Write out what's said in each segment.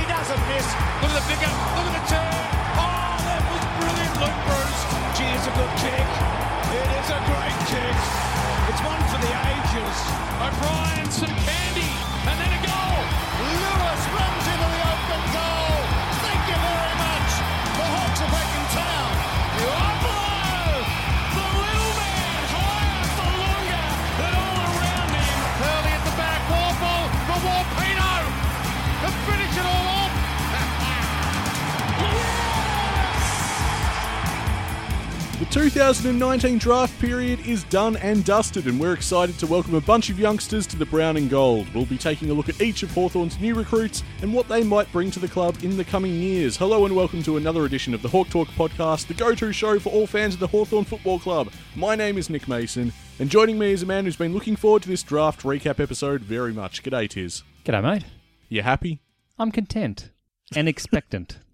Davis. Look at the pickup. Look at the turn. Oh, that was brilliant, Luke Bruce. Gee, it's a good kick. It is a great kick. It's one for the ages. O'Brien, some candy, and then a goal. Lewis runs into the open goal. Thank you very much. The Hawks are back in town. Oppo, the little man, higher for longer than all around him. Early at the back, Warple for Warpino. To finish it all off. The 2019 draft period is done and dusted, and we're excited to welcome a bunch of youngsters to the Brown and Gold. We'll be taking a look at each of Hawthorn's new recruits and what they might bring to the club in the coming years. Hello, and welcome to another edition of the Hawk Talk podcast, the go to show for all fans of the Hawthorn Football Club. My name is Nick Mason, and joining me is a man who's been looking forward to this draft recap episode very much. G'day, Tiz. G'day, mate. You happy? I'm content and expectant.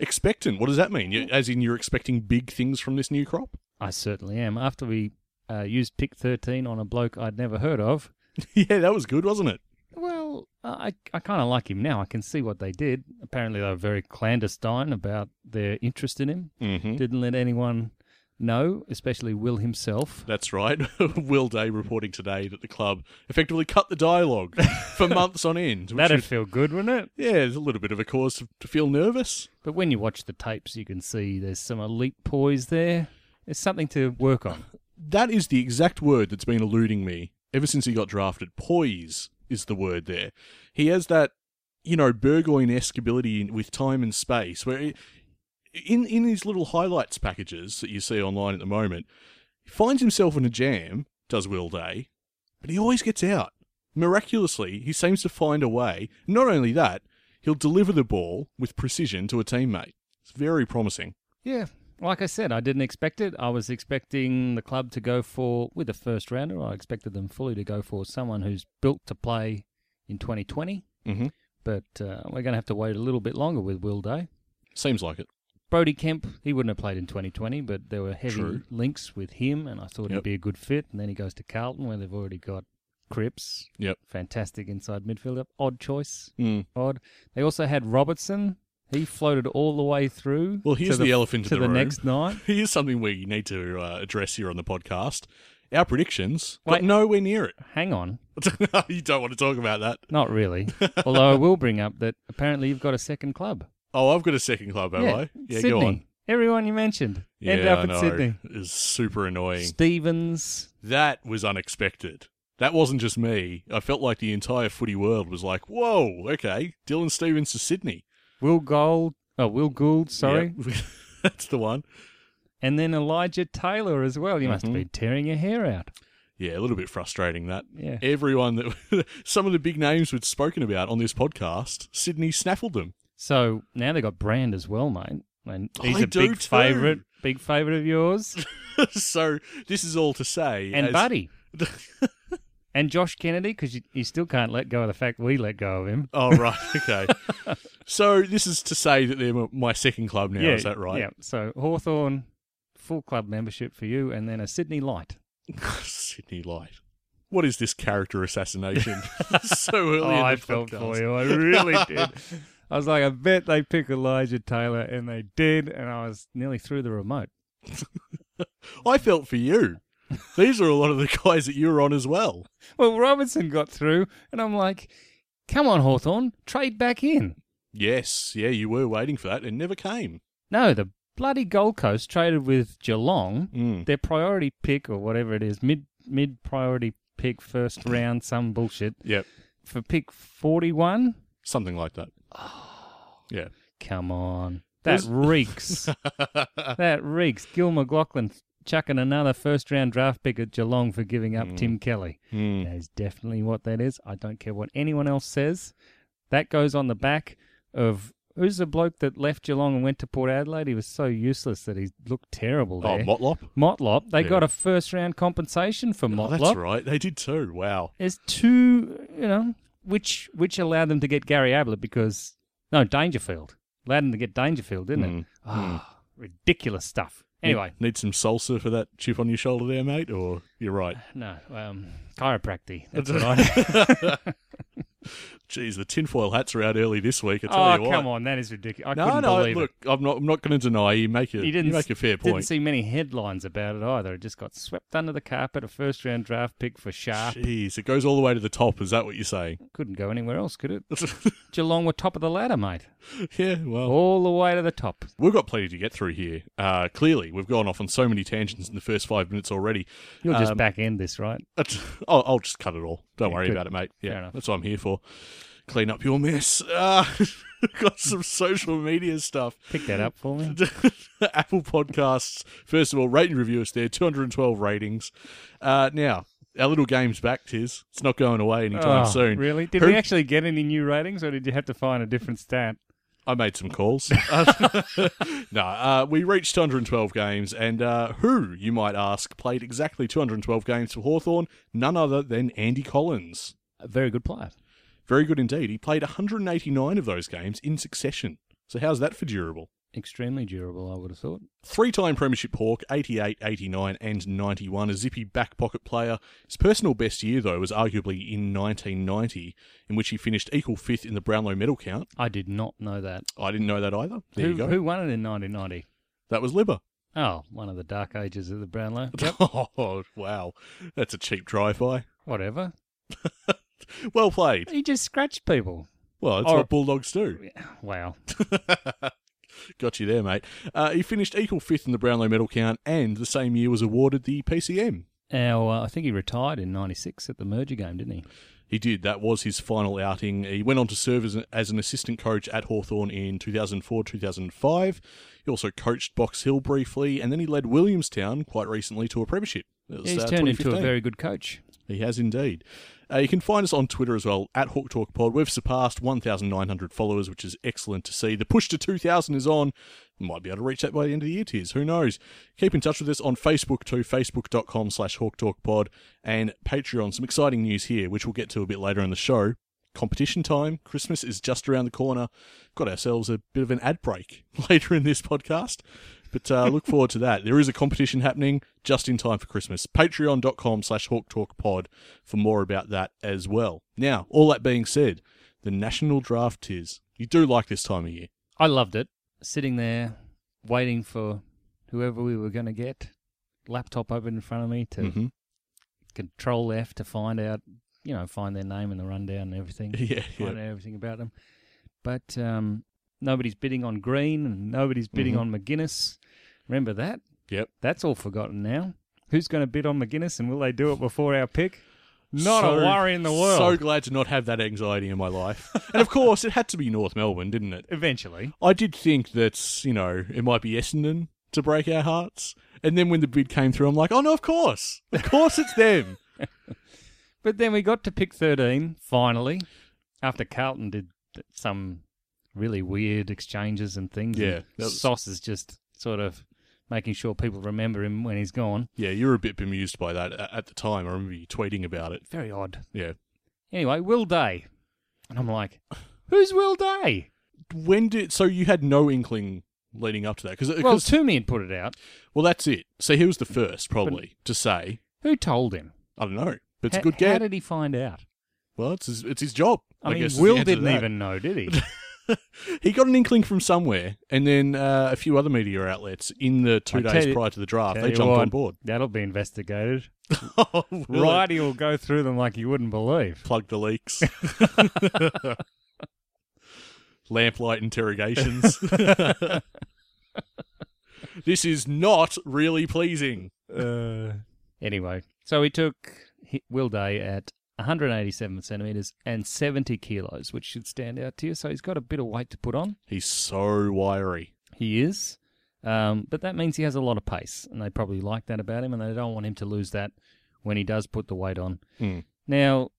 Expectant. What does that mean? You, as in, you're expecting big things from this new crop? I certainly am. After we uh, used pick 13 on a bloke I'd never heard of, yeah, that was good, wasn't it? well, I, I kind of like him now. I can see what they did. Apparently, they were very clandestine about their interest in him. Mm-hmm. Didn't let anyone know, especially Will himself. That's right. Will Day reporting today that the club effectively cut the dialogue for months on end. which That'd is- feel good, wouldn't it? yeah, there's a little bit of a cause to, to feel nervous. But when you watch the tapes, you can see there's some elite poise there. There's something to work on. That is the exact word that's been eluding me ever since he got drafted. Poise is the word there. He has that, you know, Burgoyne esque ability in- with time and space, where he, in, in his little highlights packages that you see online at the moment, he finds himself in a jam, does Will Day, but he always gets out. Miraculously, he seems to find a way. Not only that, he'll deliver the ball with precision to a teammate. It's very promising. Yeah. Like I said, I didn't expect it. I was expecting the club to go for, with a first rounder, I expected them fully to go for someone who's built to play in 2020. Mhm. But uh, we're going to have to wait a little bit longer with Will Day. Seems like it. Brody Kemp, he wouldn't have played in 2020, but there were heavy True. links with him, and I thought Yep. he'd be a good fit. And then he goes to Carlton, where they've already got Cripps, Yep. fantastic inside midfielder, odd choice, Mm. odd. They also had Robertson. He floated all the way through. Well, to here's the elephant in to the the room. next night. Here's something we need to uh, address here on the podcast. Our predictions got Wait. nowhere near Hang on. it. you don't want to talk about that. Not really. Although I will bring up that apparently you've got a second club. Oh, I've got a second club, have I? Yeah, Sydney. go on. Everyone you mentioned Yeah, ended up I in know. Sydney. It's super annoying. Stevens. That was unexpected. That wasn't just me. I felt like the entire footy world was like, "Whoa, okay, Dylan Stevens to Sydney." Will Gold. Oh, Will Gould, sorry. Yep. that's the one. And then Elijah Taylor as well. You must have Mhm. been tearing your hair out. Yeah, a little bit frustrating that. Yeah. Everyone that some of the big names we'd spoken about on this podcast, Sydney snaffled them. So now they got Brand as well, mate. And Oh, he's they a do big too. favourite, big favourite of yours. so this is all to say, And as- Buddy. and Josh Kennedy, because you, you still can't let go of the fact we let go of him. Oh right, okay. so this is to say that they're my second club now. is that right? Yeah. So Hawthorn, full club membership for you, and then a Sydney Light. Sydney Light. What is this character assassination so early Oh, in the I felt podcast? for you. I really did. I was like, I bet they pick Elijah Taylor, and they did, and I was nearly through the remote. I felt for you. These are a lot of the guys that you were on as well. Well, Robinson got through, and I'm like, come on, Hawthorn, trade back in. Yes, yeah, you were waiting for that and never came. No, the bloody Gold Coast traded with Geelong, Mm. their priority pick or whatever it is, mid mid priority pick, first round, some bullshit Yep, for pick forty one. something like that. Yeah. Come on. That There's- reeks. that reeks. Gil McLaughlin chucking another first round draft pick at Geelong for giving up Tim Kelly. Mm. That is definitely what that is. I don't care what anyone else says. That goes on the back of who's the bloke that left Geelong and went to Port Adelaide? He was so useless that he looked terrible Oh, there. Motlop. Motlop. They Yeah. got a first round compensation for Oh, Motlop. that's right. They did too. Wow. There's two, you know, which which allowed them to get Gary Ablett because no Dangerfield allowed them to get Dangerfield, didn't Mm. it? Ah, ridiculous stuff. Anyway, Need- need some salsa for that chip on your shoulder there, mate? Or you're right. no um, chiropractic. That's what I. Jeez, the tinfoil hats are out early this week. I tell Oh, you what. come on, that is ridiculous. I No, couldn't no. believe Look, I'm not. I'm not going to deny you. Make a. it. You You, didn't make a fair Didn't point. see many headlines about it either. It just got swept under the carpet. A first round draft pick for Sharp Jeez, it goes all the way to the top. Is that what you're saying? couldn't go anywhere else, could it? Geelong were top of the ladder, mate. yeah. Well, All the way to the top. We've got plenty to get through here. Uh, clearly, we've gone off on so many tangents in the first five minutes already. You'll just Um, back end this, right? that's- I'll, I'll just cut it all. Don't Yeah, worry good. about it, mate. Fair Yeah, enough. that's what I'm here for. Clean up your mess. Uh, got some social media stuff. Pick that up for me. Apple Podcasts. First of all, rate and review us there. 212 ratings. Uh, now, our little game's back, Tiz. It's not going away anytime Oh, soon. Really? Did Who- we actually get any new ratings, or did you have to find a different stat? I made some calls. Uh, no, uh, we reached 212 games, and uh, who, you might ask, played exactly 212 games for Hawthorn? None other than Andy Collins. A very good player. Very good indeed. He played 189 of those games in succession. So, how's that for durable? Extremely durable, I would have thought. Three time Premiership Hawk, 88, 89, and 91, a zippy back pocket player. His personal best year, though, was arguably in 1990, in which he finished equal fifth in the Brownlow medal count. I did not know that. I didn't know that either. There who, you go. who won it in 1990? That was Libba. Oh, one of the dark ages of the Brownlow. Oh, wow. That's a cheap drive-by. Whatever. Well played. He just scratched people. Well, that's Or- what Bulldogs do. Wow. Got you there, mate. Uh, he finished equal fifth in the Brownlow medal count and the same year was awarded the PCM. Now, uh, I think he retired in 96 at the merger game, didn't he? He did. That was his final outing. He went on to serve as an, as an assistant coach at Hawthorn in 2004 2005. He also coached Box Hill briefly, and then he led Williamstown quite recently to a premiership. That was, He's uh, turned into a 2015. very good coach. He has indeed. Uh, you can find us on Twitter as well at Hawk Talk Pod. We've surpassed 1,900 followers, which is excellent to see. The push to 2,000 is on. Might be able to reach that by the end of the year, Tiz. Who knows? Keep in touch with us on Facebook too, facebook.com slash Hawk Talk Pod and Patreon. Some exciting news here, which we'll get to a bit later in the show. Competition time. Christmas is just around the corner. Got ourselves a bit of an ad break later in this podcast. But uh, look forward to that. There is a competition happening just in time for Christmas. Patreon.com slash Hawk Talk Pod for more about that as well. Now, all that being said, the national draft is. You do like this time of year. I loved it. Sitting there, waiting for whoever we were going to get, laptop open in front of me to Mhm. control F to find out, you know, find their name in the rundown and everything. Yeah, yeah. find out everything about them. But um, nobody's bidding on Green and nobody's bidding Mhm. on McGuinness. Remember that? Yep. That's all forgotten now. Who's going to bid on McGuinness and will they do it before our pick? Not So- a worry in the world. So glad to not have that anxiety in my life. and of course, it had to be North Melbourne, didn't it? Eventually. I did think that, you know, it might be Essendon to break our hearts. And then when the bid came through, I'm like, oh, no, of course. Of course it's them. But then we got to pick 13, finally, after Carlton did th- some really weird exchanges and things. Yeah, and that was- Sauce is just sort of making sure people remember him when he's gone. yeah, you were a bit bemused by that a- at the time. I remember you tweeting about it. Very odd. Yeah. Anyway, Will Day. And I'm like, who's Will Day? When did. So you had no inkling leading up to that? Cause, Well, Mm. 'cause- Toomey had put it out. well, that's it. So he was the first, probably, to say, Who told him? I don't know. But it's a H- good How get. did he find out? well, it's his, it's his job. I, I, mean, guess is the Will answer to didn't that. even know, did he? He got an inkling from somewhere, and then uh, a few other media outlets in the two I tell days you- prior to the draft, Tell they you jumped what, on board. That'll be investigated. oh, Righty will go through them like you wouldn't believe. Plug the leaks. Lamplight interrogations. this is not really pleasing. Anyway, so we took Hi- Will Day at 187 centimetres and 70 kilos, which should stand out to you. So he's got a bit of weight to put on. He's so wiry. He is. Um, but that means he has a lot of pace, and they probably like that about him, and they don't want him to lose that when he does put the weight on. Hmm. Now,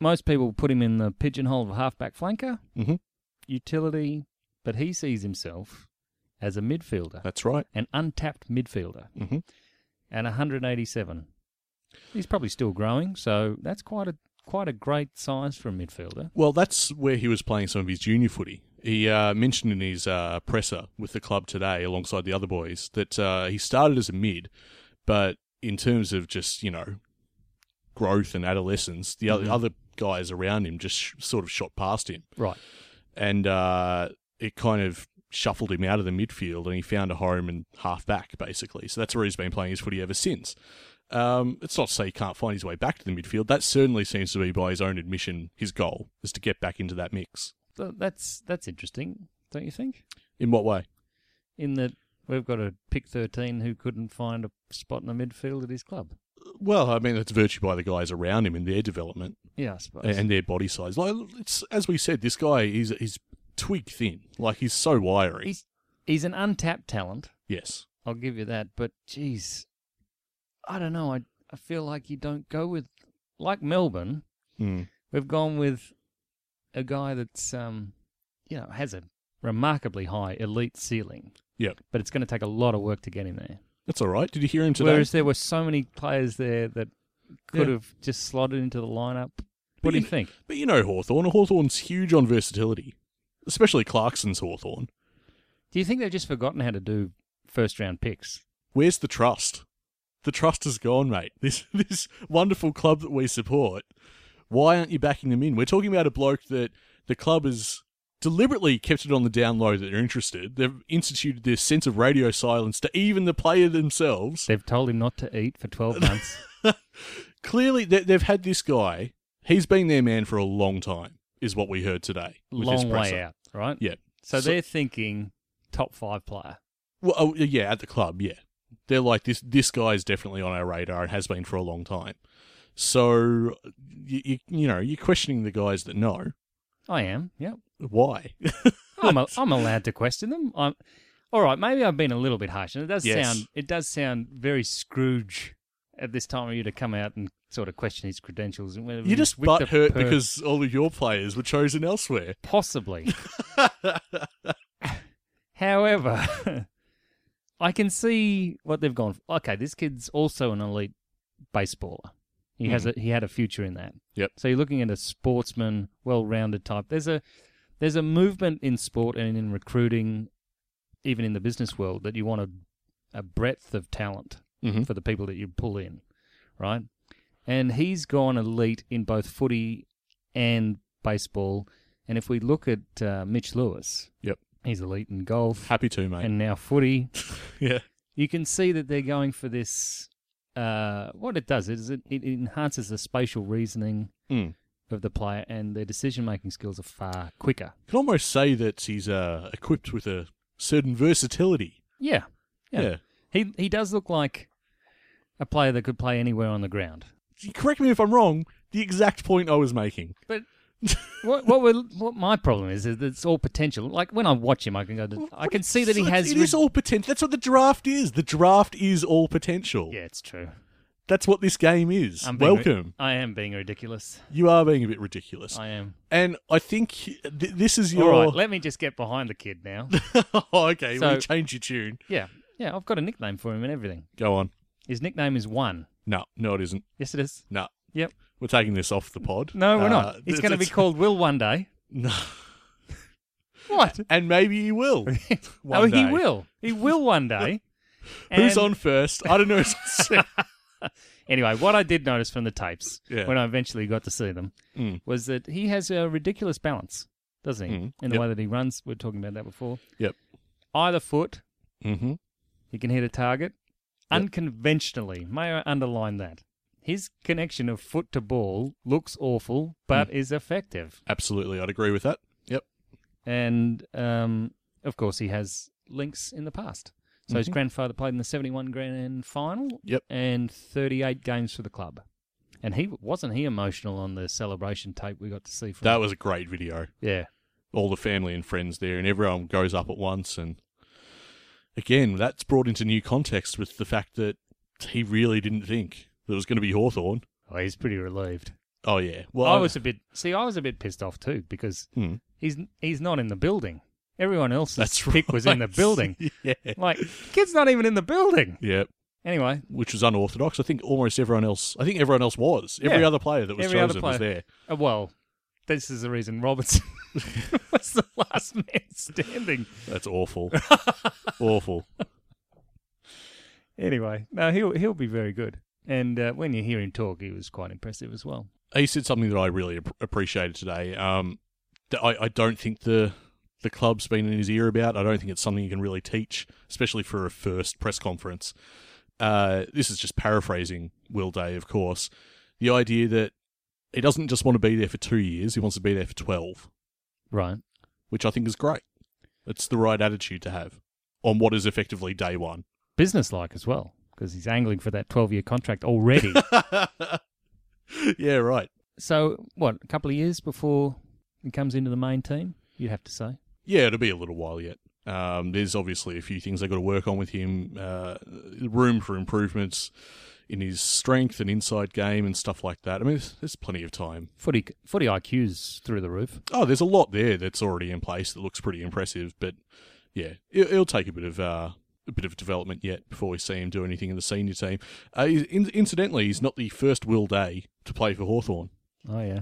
most people put him in the pigeonhole of a halfback flanker, Mhm. utility, but he sees himself as a midfielder, That's right. an untapped midfielder, Mhm. and 187. He's probably still growing, so that's quite a quite a great size for a midfielder. Well, that's where he was playing some of his junior footy. He uh, mentioned in his uh, presser with the club today, alongside the other boys, that uh, he started as a mid, but in terms of just you know growth and adolescence, the other other guys around him just sh- sort of shot past him, Right. and uh, it kind of shuffled him out of the midfield, and he found a home in half back basically. So that's where he's been playing his footy ever since. Um, it's not to say he can't find his way back to the midfield. That certainly seems to be, by his own admission, his goal is to get back into that mix. So that's that's interesting, don't you think? In what way? In that we've got a pick thirteen who couldn't find a spot in the midfield at his club. Well, I mean, that's virtue by the guys around him and their development Yeah, I suppose. and their body size. Like it's as we said, this guy is is twig thin. Like he's so wiry. he's he's an untapped talent. yes. I'll give you that. But geez, I don't know. I I feel like you don't go with like Melbourne. Mm. We've gone with a guy that's um, you know, has a remarkably high elite ceiling, Yeah, but it's going to take a lot of work to get him there. that's all right. Did you hear him today? Whereas there were so many players there that could Yeah. have just slotted into the lineup. What do you think? But you know Hawthorn. Hawthorn's huge on versatility, especially Clarkson's Hawthorn. Do you think they've just forgotten how to do first round picks? Where's the trust? The trust is gone, mate. This this wonderful club that we support. Why aren't you backing them in? We're talking about a bloke that the club has deliberately kept it on the down low that they're interested. They've instituted this sense of radio silence to even the player themselves. They've told him not to eat for twelve months. Clearly, they, they've had this guy. He's been their man for a long time, is what we heard today. with this Long presser. way out, right? Yeah. So, So- they're thinking top five player. Well, oh, yeah, at the club, yeah. They're like this. This guy is definitely on our radar and has been for a long time. So, you you, you know, you're questioning the guys that know I am. Yep. why. I'm, a, I'm allowed to question them. I'm all right. Maybe I've been a little bit harsh, and it does Yes. sound it does sound very Scrooge at this time of year to come out and sort of question his credentials. And whether you he's just with the butt hurt per- because all of your players were chosen elsewhere. possibly. However, I can see what they've gone for. Okay, this kid's also an elite baseballer. He has a he had a future in that. Mm-hmm. Yep. So you're looking at a sportsman, well-rounded type. There's a there's a movement in sport and in recruiting, even in the business world, that you want a, a breadth of talent Mhm. for the people that you pull in, right? And he's gone elite in both footy and baseball. And if we look at uh, Mitch Lewis, Yep. he's elite in golf Happy to, mate. and now footy. yeah. You can see that they're going for this. Uh, what it does is it, it enhances the spatial reasoning Mm. of the player, and their decision making skills are far quicker. Can almost say that he's uh, equipped with a certain versatility. Yeah, Yeah. He he does look like a player that could play anywhere on the ground. Correct me if I'm wrong. The exact point I was making. But what what, we're, what my problem is is that it's all potential. Like when I watch him, I can go. To, I can see that he It's- has. It rid- is all potential. That's what the draft is. The draft is all potential. yeah, it's true. That's what this game is. I'm being ri- Welcome. I am being ridiculous. you are being a bit ridiculous. I am. and I think th- this is All your. right, let me just get behind the kid now. oh, okay. So- we change your tune. yeah, yeah. I've got a nickname for him and everything. Go on. His nickname is One. No, no, it isn't. Yes, it is. No. Yep. We're taking this off the pod. No, we're Uh, not. It's th- going to be that's- called Will one day. No. What? And maybe you will. One oh, day. he will. He will one day. Who's And- on first? I don't know. Anyway, what I did notice from the tapes Yeah. when I eventually got to see them Mm. was that he has a ridiculous balance, doesn't he? Mm, In the yep. way that he runs. We were talking about that before. Yep. Either foot, mm-hmm. he can hit a target. Unconventionally, may I underline that? His connection of foot to ball looks awful, Mm. but is effective. Absolutely. I'd agree with that. Yep. And um, of course, he has links in the past. So his Mhm. grandfather played in the 71 grand final Yep. and 38 games for the club. And he wasn't he emotional on the celebration tape we got to see from That was a great video. Yeah. all the family and friends there, and everyone goes up at once. And again, that's brought into new context with the fact that he really didn't think there was going to be Hawthorn. Oh, he's pretty relieved. Oh yeah, well, I was a bit see, I was a bit pissed off too because Hmm. he's he's not in the building. Everyone else's That's pick was in the right. building. yeah, like kid's not even in the building. yeah, Anyway, which was unorthodox. I think almost everyone else. I think everyone else was. Every Yeah. other player that was Every other chosen was player. there. uh, well, this is the reason Robertson was the last man standing. That's awful, awful. Anyway, no, he'll he'll be very good. And uh, when you hear him talk, he was quite impressive as well. he said something that I really ap- appreciated today. Um, that I, I don't think the the club's been in his ear about. I don't think it's something you can really teach, especially for a first press conference. Uh, this is just paraphrasing Will Day, of course. The idea that he doesn't just want to be there for two years; he wants to be there for twelve, Right. which I think is great. It's the right attitude to have on what is effectively day one. Businesslike as well, because he's angling for that 12 year contract already. yeah, right. so, what, a couple of years before he comes into the main team? You'd have to say. Yeah, it'll be a little while yet. Um, there's obviously a few things they've got to work on with him, uh, room for improvements in his strength and inside game and stuff like that. I mean, there's, there's plenty of time. Footy, footy IQ's through the roof. Oh, there's a lot there that's already in place that looks pretty impressive, but yeah, it, it'll take a bit of uh, a bit of development yet before we see him do anything in the senior team. Uh, he's, in, incidentally, he's not the first Will Day to play for Hawthorn. Oh, yeah.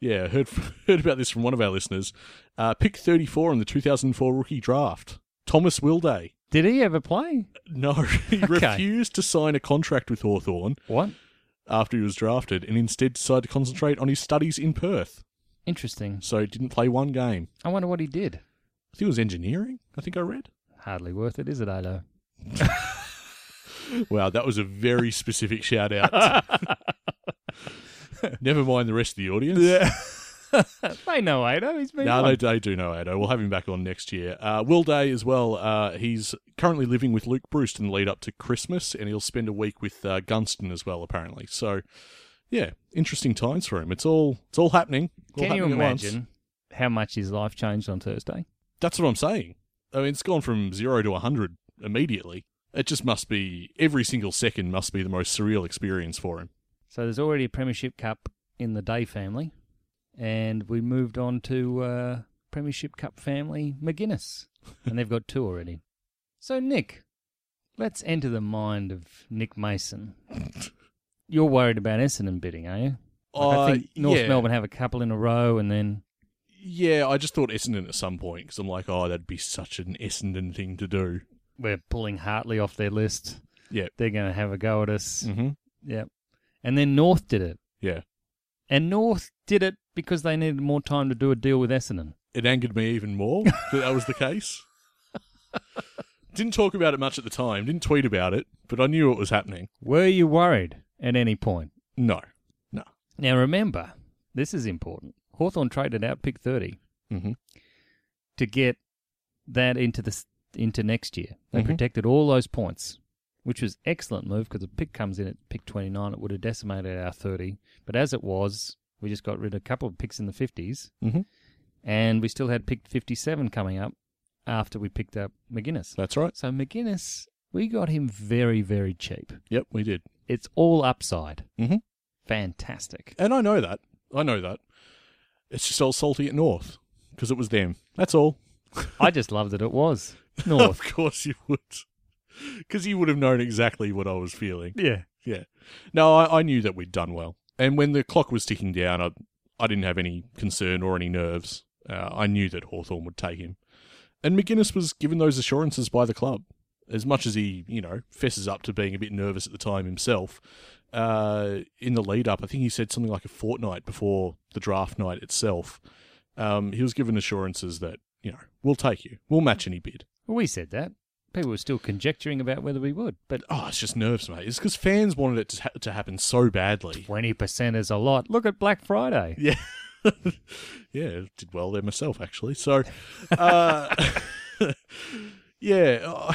Yeah, heard heard about this from one of our listeners. Uh, pick 34 in the 2004 rookie draft. Thomas Wilday. Did he ever play? No, he refused to sign a contract with Hawthorn What? after he was drafted and instead decided to concentrate on his studies in Perth. Interesting. So he didn't play one game. I wonder what he did. I think it was engineering, I think I read. Hardly worth it, is it, Alo? Wow, that was a very specific shout out. Never mind the rest of the audience. Yeah. They know Ado. He's been No, on. they, they do know Addo. We'll have him back on next year. Uh, Will Day as well. Uh, he's currently living with Luke Bruce in the lead up to Christmas, and he'll spend a week with uh, Gunston as well, apparently. So, yeah, interesting times for him. It's all it's all happening. All Can you happening at once. imagine how much his life changed on Thursday? That's what I'm saying. I mean, it's gone from zero to hundred immediately. It just must be every single second must be the most surreal experience for him. So there's already a Premiership Cup in the Day family, and we moved on to uh, Premiership Cup family McGuinness, and they've got two already. So Nick, let's enter the mind of Nick Mason. You're worried about Essendon bidding, are you? Like, I Uh, think North yeah. Melbourne have a couple in a row, and then Yeah, I just thought Essendon at some point because I'm like, oh, that'd be such an Essendon thing to do. we're pulling Hartley off their list. Yep. they're going to have a go at us. Mm-hmm. Yep, and then North did it, Yeah. and North did it because they needed more time to do a deal with Essendon. it angered me even more that that was the case. Didn't talk about it much at the time, didn't tweet about it, but I knew it was happening. Were you worried at any point? No. No. Now remember, this is important. Hawthorn traded out pick 30 Mhm. to get that into the s- into next year. They protected all those points, which was excellent move because if pick comes in at pick 29, it would have decimated our 30. But as it was, we just got rid of a couple of picks in the 50s, Mhm. and we still had pick 57 coming up after we picked up McGuinness. That's right. So McGuinness, we got him very, very cheap. Yep, we did. It's all upside. Mhm. Fantastic. And I know that. I know that. It's just all salty at North because it was them. That's all. I just love that it was North. Of course you would. Because you would have known exactly what I was feeling. yeah. Yeah. No, I, I knew that we'd done well. And when the clock was ticking down, I, I didn't have any concern or any nerves. Uh, I knew that Hawthorn would take him. And McGuinness was given those assurances by the club. As much as he, you know, fesses up to being a bit nervous at the time himself, uh, in the lead up, I think he said something like a fortnight before the draft night itself. Um, he was given assurances that, you know, we'll take you, we'll match any bid. Well, we said that. People were still conjecturing about whether we would, but Oh, it's just nerves, mate. It's because fans wanted it to, ha- to happen so badly. 20% is a lot. Look at Black Friday. Yeah. yeah, did well there myself, actually. So, uh, yeah, uh,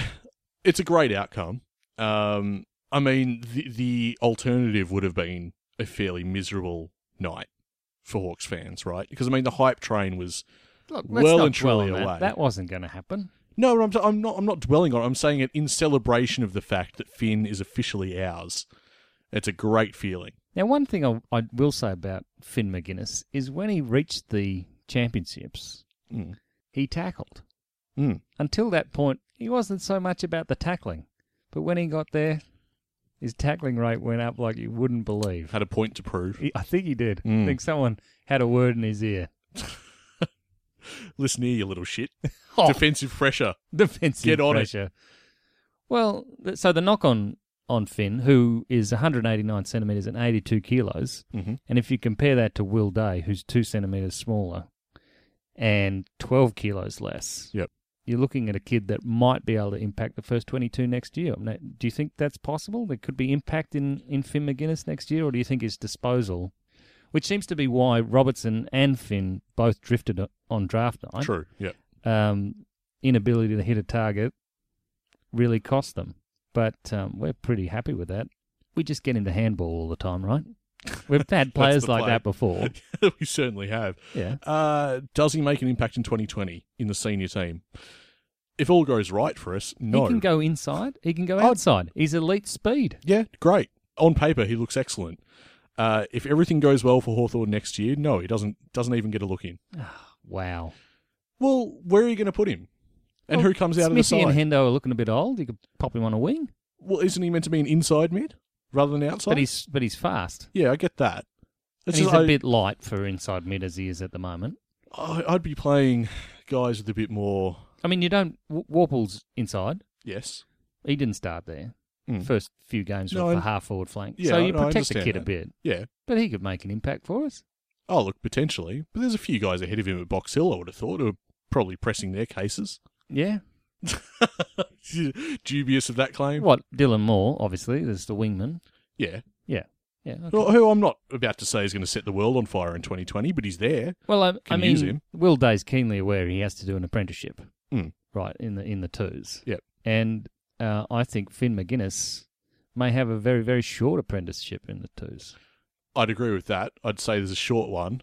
it's a great outcome. Um, I mean, the, the alternative would have been a fairly miserable night for Hawks fans, right? Because, I mean, the hype train was. Look, let's Well not and dwell truly on away. that. That wasn't going to happen. No, I'm, I'm not. I'm not dwelling on. it. I'm saying it in celebration of the fact that Finn is officially ours. It's a great feeling. Now, one thing I, I will say about Finn McGuinness is when he reached the championships, Mm. he tackled. Mm. Until that point, he wasn't so much about the tackling, but when he got there, his tackling rate went up like you wouldn't believe. Had a point to prove. He, I think he did. Mm. I think someone had a word in his ear. Listen here, you little shit. Oh, Defensive pressure. defensive Get on it. pressure. Well, th- so the knock on on Finn, who is 189 centimetres and 82 kilos. Mhm. And if you compare that to Will Day, who's two centimetres smaller and 12 kilos less, Yep. you're looking at a kid that might be able to impact the first 22 next year. Now, do you think that's possible? There could be impact in, in Finn McGuinness next year, or do you think his disposal, which seems to be why Robertson and Finn both drifted o- on draft night, True. Yeah. um, inability to hit a target really cost them. But um, we're pretty happy with that. We just get into handball all the time, right? We've had players the like play. that before. we certainly have. Yeah. Uh, does he make an impact in 2020 in the senior team? If all goes right for us, no. He can go inside. He can go I'd- outside. He's elite speed. yeah, great. On paper, he looks excellent. Uh, if everything goes well for Hawthorn next year, no, he doesn't doesn't even get a look in. Wow. Well, where are you going to put him? And Well, who comes out of the Smithy side? and Hendo are looking a bit old. You could pop him on a wing, well, isn't he meant to be an inside mid rather than outside? but he's but he's fast. yeah, I get that. And It's he's just a I- bit light for inside mid as he is at the moment. I, I'd be playing guys with a bit more. I mean, you don't. W- Warple's inside. Yes. He didn't start there. Mm. First few games No, were for I- half forward flank. Yeah, so you no, I protect the understand kid a that. bit. Yeah. But he could make an impact for us. Oh, look, potentially. But there's a few guys ahead of him at Box Hill, I would have thought, who are probably pressing their cases. Yeah. Dubious of that claim. What? Dylan Moore, obviously. There's the wingman. Yeah. Yeah. Yeah. okay. Who- Who I'm not about to say is going to set the world on fire in 2020, but he's there. Well, I, I Can mean, use him. Will Day's keenly aware he has to do an apprenticeship, Mm. right? In the in the twos. Yep. And uh, I think Finn McGuinness may have a very very short apprenticeship in the twos. I'd agree with that. I'd say there's a short one,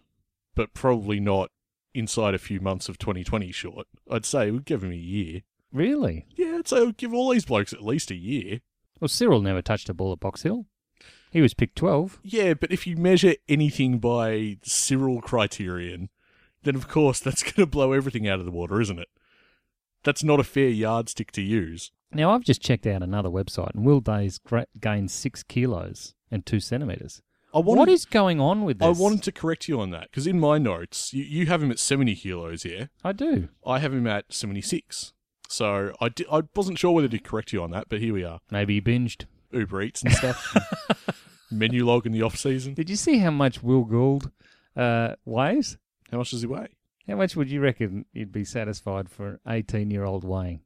but probably not inside a few months of 2020 short. I'd say we'd give him a year. Really? Yeah, I'd say we'd give all these blokes at least a year. Well, Cyril never touched a ball at Box Hill. He was picked twelve. Yeah, but if you measure anything by Cyril criterion, then of course that's going to blow everything out of the water, isn't it? That's not a fair yardstick to use. Now I've just checked out another website, and Will Day's gra- gained six kilos and two centimeters. I wanted, what is going on with this? I wanted to correct you on that because in my notes, you, you have him at 70 kilos, yeah? I do. I have him at 76. So I, di- I wasn't sure whether to correct you on that, but here we are. Maybe he binged. Uber Eats and stuff. Menu log in the off season. Did you see how much Will Gould uh, weighs? How much does he weigh? How much would you reckon you'd be satisfied for an 18 year old weighing?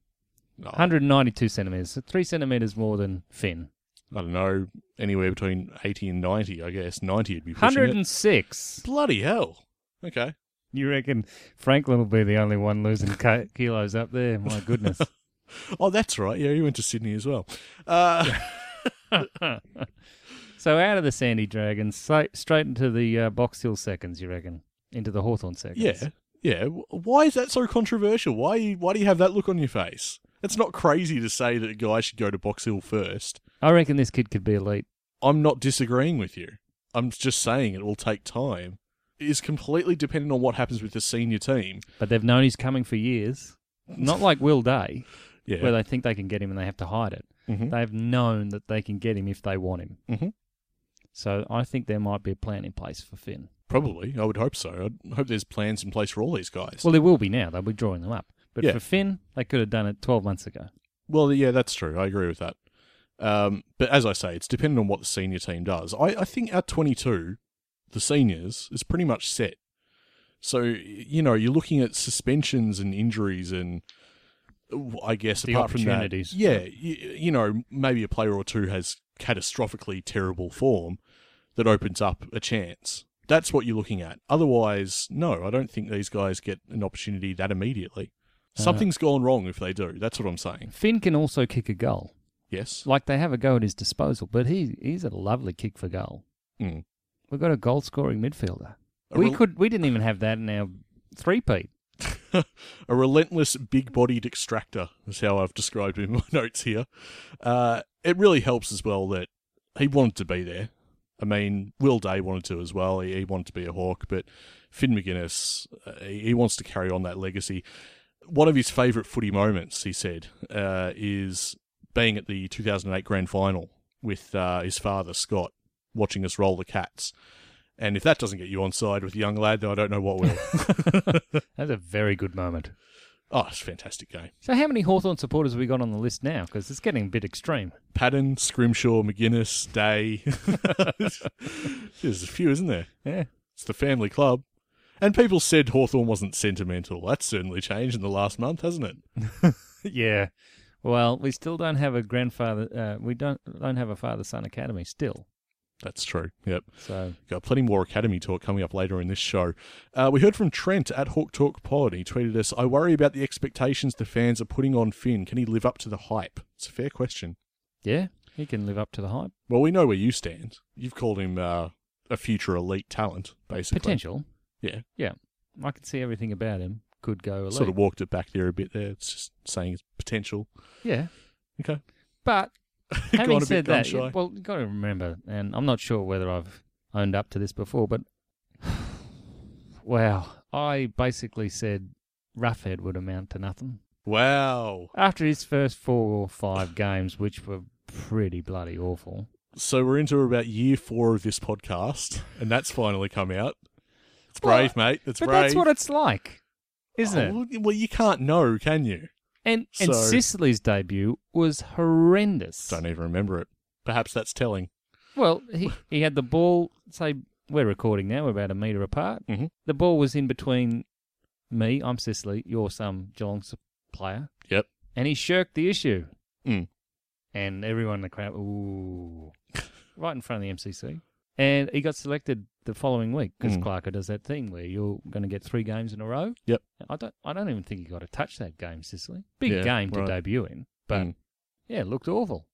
No, 192 centimetres, so three centimetres more than Finn. I don't know. Anywhere between 80 and 90, I guess. 90 would be pushing it. 106. Bloody hell. Okay. You reckon Franklin will be the only one losing ki- kilos up there? My goodness. Oh, that's right. Yeah, he went to Sydney as well. Uh, so out of the Sandy Dragons, straight, straight into the uh, Box Hill seconds, you reckon? Into the Hawthorn seconds? yeah. Yeah. Why is that so controversial? Why, why do you have that look on your face? It's not crazy to say that a guy should go to Box Hill first. I reckon this kid could be elite. I'm not disagreeing with you. I'm just saying it will take time. It is completely dependent on what happens with the senior team. But they've known he's coming for years. Not like Will Day, Yeah. where they think they can get him and they have to hide it. Mhm. They've known that they can get him if they want him. Mhm. So I think there might be a plan in place for Finn. Probably. I would hope so. I hope there's plans in place for all these guys. Well, there will be now. They'll be drawing them up. But Yeah. for Finn, they could have done it 12 months ago. Well, yeah, that's true. I agree with that. Um, but as I say, it's dependent on what the senior team does. I, I think our 22, the seniors, is pretty much set. So, you know, you're looking at suspensions and injuries and. uh, I guess The apart from that, opportunities. yeah, you, you know, maybe a player or two has catastrophically terrible form that opens up a chance. That's what you're looking at. Otherwise, no, I don't think these guys get an opportunity that immediately. Uh-huh. Something's gone wrong if they do. That's what I'm saying. Finn can also kick a goal. Yes. Like they have a go at his disposal, but he, he's a lovely kick for goal. Mm. We've got a goal scoring midfielder. A we rel- could we didn't even have that in our three-peat. A relentless, big bodied extractor is how I've described him in my notes here. Uh, it really helps as well that he wanted to be there. I mean, Will Day wanted to as well. He, he wanted to be a Hawk, but Finn McGuinness, uh, he, he wants to carry on that legacy. One of his favourite footy moments, he said, uh, is being at the 2008 grand final with uh, his father, Scott, watching us roll the cats. And if that doesn't get you on side with a young lad, then I don't know what will. That's a very good moment. Oh, it's a fantastic game. So how many Hawthorn supporters have we got on the list now? Because it's getting a bit extreme. Patton, Scrimshaw, McGuinness, Day. There's a few, isn't there? Yeah. It's the family club. And people said Hawthorn wasn't sentimental. That's certainly changed in the last month, hasn't it? yeah. Well, we still don't have a grandfather. Uh, we don't don't have a father son academy still. That's true. Yep. So Got plenty more Academy talk coming up later in this show. Uh, we heard from Trent at Hawk Talk Pod. He tweeted us, I worry about the expectations the fans are putting on Finn. Can he live up to the hype? It's a fair question. yeah, he can live up to the hype Well, we know where you stand. You've called him uh, a future elite talent, basically. potential. Yeah. Yeah, I can see everything about him. Could go elite. Sort of walked it back there a bit there. It's just saying it's potential. Yeah, Okay. but Gone a having bit said that, gun-shy. yeah, well, you got to remember, and I'm not sure whether I've owned up to this before, but wow, I basically said Roughhead would amount to nothing. Wow. After his first four or five games, which were pretty bloody awful. So we're into about year four of this podcast, and that's finally come out. It's brave, mate. It's but brave. that's what it's like, isn't Oh, it? well, Well, you can't know, can you? And and so- Sicily's debut was horrendous. Don't even remember it. Perhaps that's telling. Well, he, he had the ball, say, we're recording now, we're about a metre apart. Mhm. The ball was in between me, I'm Sicily, you're some Geelong sup- player, Yep. and he shirked the issue. Mm. And everyone in the crowd, ooh, right in front of the MCC. And he got selected the following week because Mm. Clarker does that thing where you're going to get three games in a row. Yep. I don't, I don't even think he got a touch that game, Sicily. Big Yeah, game to right. debut in, but Mm. yeah, it looked awful.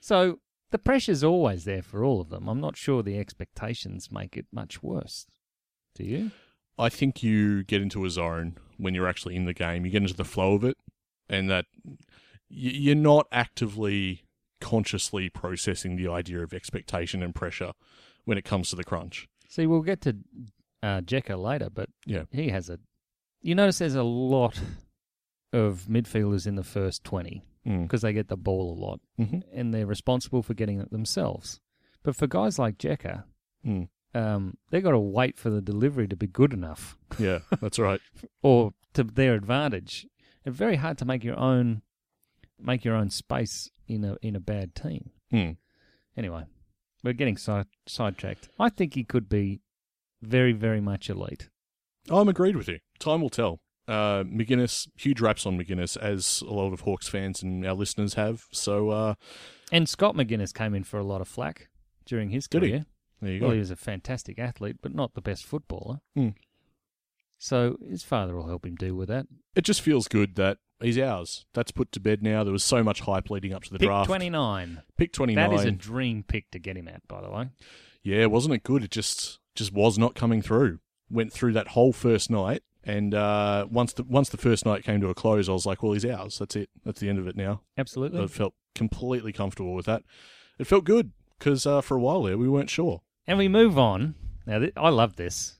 So the pressure's always there for all of them. I'm not sure the expectations make it much worse. Do you? I think you get into a zone when you're actually in the game. You get into the flow of it, and that y- you're not actively, consciously processing the idea of expectation and pressure when it comes to the crunch. See, we'll get to uh, Jekka later, but Yeah. he has a. You notice there's a lot of midfielders in the first 20 Mm. because they get the ball a lot Mhm. and they're responsible for getting it themselves. But for guys like Jekka, Mm. um, they got to wait for the delivery to be good enough Yeah, that's right. or to their advantage. It's very hard to make your own make your own space in a in a bad team. Hmm. Anyway, we're getting side, sidetracked. I think he could be very very much elite. I'm agreed with you. Time will tell. Uh, McGuinness, huge raps on McGuinness, as a lot of Hawks fans and our listeners have. So uh, And Scott McGuinness came in for a lot of flack during his Did he? career. there you Well, he go. was a fantastic athlete, but not the best footballer. Hmm. So his father will help him deal with that. It just feels good that he's ours. That's put to bed now. There was so much hype leading up to the pick draft. twenty nine. Pick 29. That is a dream pick to get him at, by the way. Yeah, wasn't it good? It just just was not coming through. Went through that whole first night, and uh, once the once the first night came to a close, I was like, "Well, he's ours. That's it. That's the end of it now." Absolutely. I felt completely comfortable with that. It felt good because uh, for a while there, we weren't sure. And we move on. Now, th- I love this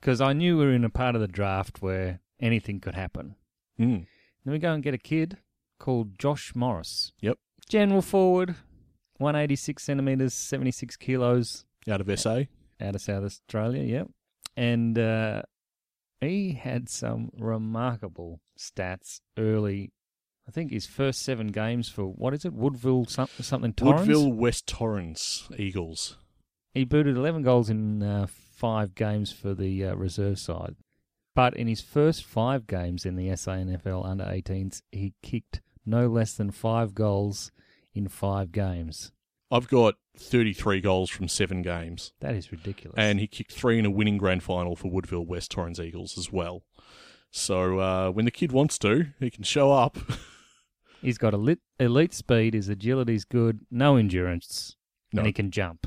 because I knew we were in a part of the draft where anything could happen. Mm. Then we go and get a kid called Josh Morris. Yep. General forward, 186 centimetres, 76 kilos Out of SA, out of South Australia. Yep. And uh, he had some remarkable stats early. I think his first seven games for, what is it, Woodville something, something Torrens? Woodville West Torrens Eagles. He booted 11 goals in uh, five games for the uh, reserve side. But in his first five games in the SANFL under 18s, he kicked no less than five goals in five games. I've got 33 goals from seven games, That is ridiculous. and he kicked three in a winning grand final for Woodville West Torrens Eagles as well. So uh, when the kid wants to, he can show up. he's got elite, elite speed, his agility's good, no endurance, No. and he can jump.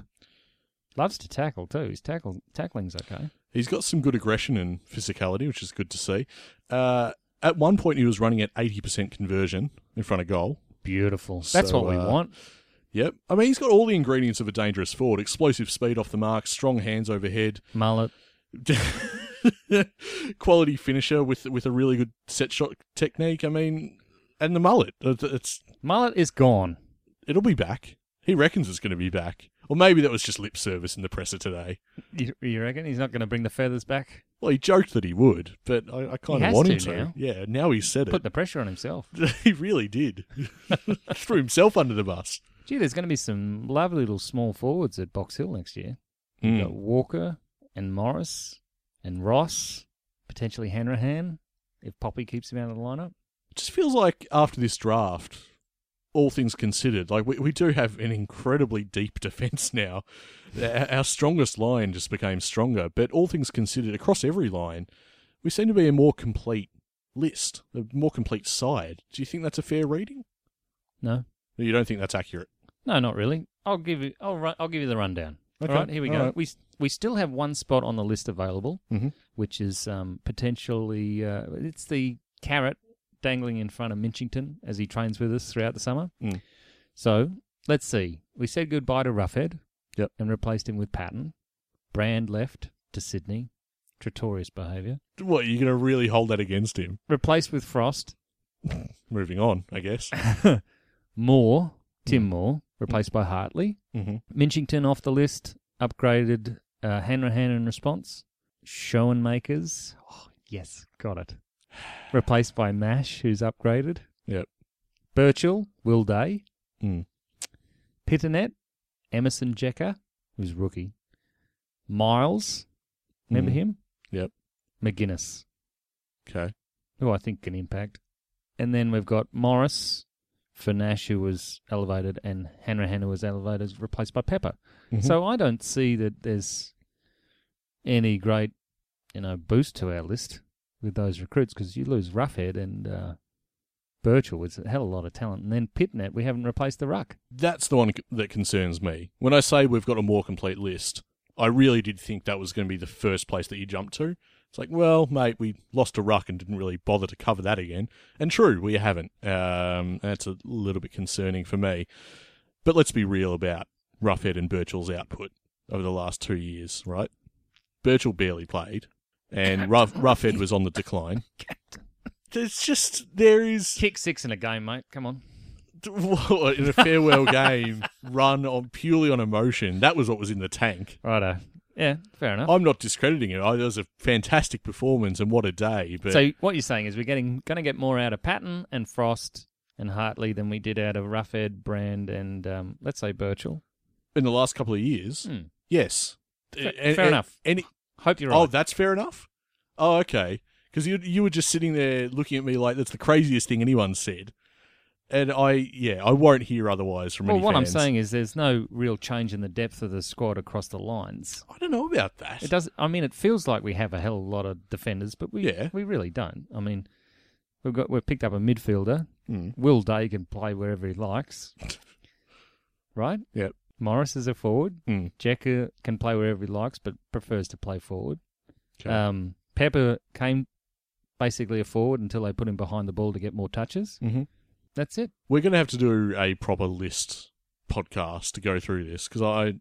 Loves to tackle too. His tackle tackling's okay. He's got some good aggression and physicality, which is good to see. Uh, at one point, he was running at 80% conversion in front of goal. Beautiful. That's So, what we uh, want. Yep. I mean, he's got all the ingredients of a dangerous forward explosive speed off the mark, strong hands overhead, Mullet. quality finisher with, with a really good set shot technique. I mean, and the mullet. It- It's, Mullet is gone. it'll be back. He reckons it's going to be back. Or maybe that was just lip service in the presser today. You, you reckon he's not going to bring the feathers back? Well, he joked that he would, but I, I kind of has want to him to. now. Yeah, now he said Put it. the pressure on himself. he really did. Threw himself under the bus. Gee, there's going to be some lovely little small forwards at Box Hill next year. Hmm. You've got Walker and Morris and Ross, potentially Hanrahan if Poppy keeps him out of the lineup. It just feels like after this draft, all things considered, like we, we do have an incredibly deep defense now. Our our strongest line just became stronger, but all things considered, across every line, we seem to be a more complete list, a more complete side. Do you think that's a fair reading? No, You don't think that's accurate? no, not really. I'll give you. I'll run, I'll give you the rundown. Okay, All right, here we all go. right. We we still have one spot on the list available, Mhm. which is um, potentially uh, it's the carrot dangling in front of Minchington as he trains with us throughout the summer. Mm. So let's see. We said goodbye to Roughhead Yep. and replaced him with Patton. Brand left to Sydney. Traitorous behaviour. What, you're going to really hold that against him? Replaced with Frost. Moving on, I guess. Moore, Tim Moore, replaced by Hartley. mm-hmm. Minchington off the list, upgraded uh, Hanrahan in response. Schoenmakers, oh, yes, got it. Replaced by Mash, who's upgraded. Yep. Birchall, Will Day. Mm. Pitternet, Emerson Jecker, who's rookie. Miles, remember Mm. him? Yep. McGuinness, Okay. who I think can impact. And then we've got Morris, Furnash, who was elevated, and Hanrahan, who was elevated, replaced by Pepper. Mm-hmm. So I don't see that there's any great, you know, boost to our list with those recruits because you lose Roughhead and uh, Birchall. It's a hell of a lot of talent. And then Pitnet, we haven't replaced the ruck. That's the one c- that concerns me. When I say we've got a more complete list, I really did think that was going to be the first place that you jumped to. It's like, well, mate, we lost a ruck and didn't really bother to cover that again. And true, we haven't. Um, that's a little bit concerning for me. But let's be real about Roughhead and Birchall's output over the last two years, right? Birchall barely played, and Rough, Roughhead was on the decline. There's just, there is Kick six in a game, mate. Come on. in a farewell game run on purely on emotion. That was what was in the tank. Righto. Yeah, fair enough. I'm not discrediting it. I, that was a fantastic performance, and what a day! But so what you're saying is we're getting going to get more out of Patton and Frost and Hartley than we did out of Roughhead, Brand, and um, let's say Birchall. in the last couple of years, Hmm. yes, Fair- And- fair and- enough. Any, Hope you're Oh, right. that's fair enough. Oh, okay. Because you you were just sitting there looking at me like that's the craziest thing anyone said, and I yeah I won't hear otherwise from well, any what fans. I'm saying is there's no real change in the depth of the squad across the lines. I don't know about that. It does. I mean, it feels like we have a hell of a lot of defenders, but we Yeah. we really don't. I mean, we've got we've picked up a midfielder. Mm. Will Day can play wherever he likes, right? Yep. Morris is a forward. Mm. Jacker can play wherever he likes, but prefers to play forward. Okay. Um, Pepper came basically a forward until they put him behind the ball to get more touches. Mhm. That's it. We're going to have to do a proper list podcast to go through this because I,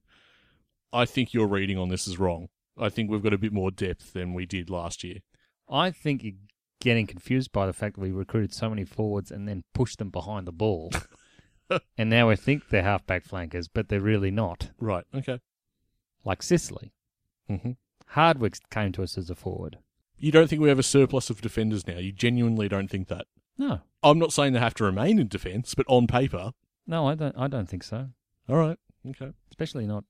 I think your reading on this is wrong. I think we've got a bit more depth than we did last year. I think you're getting confused by the fact that we recruited so many forwards and then pushed them behind the ball. and now we think they're halfback flankers, but they're really not. Right. Okay. Like Sicily. Mm-hmm. Hardwick came to us as a forward. You don't think we have a surplus of defenders now? You genuinely don't think that? No. I'm not saying they have to remain in defence, but on paper, No, I don't I don't think so. all right. Okay. Especially not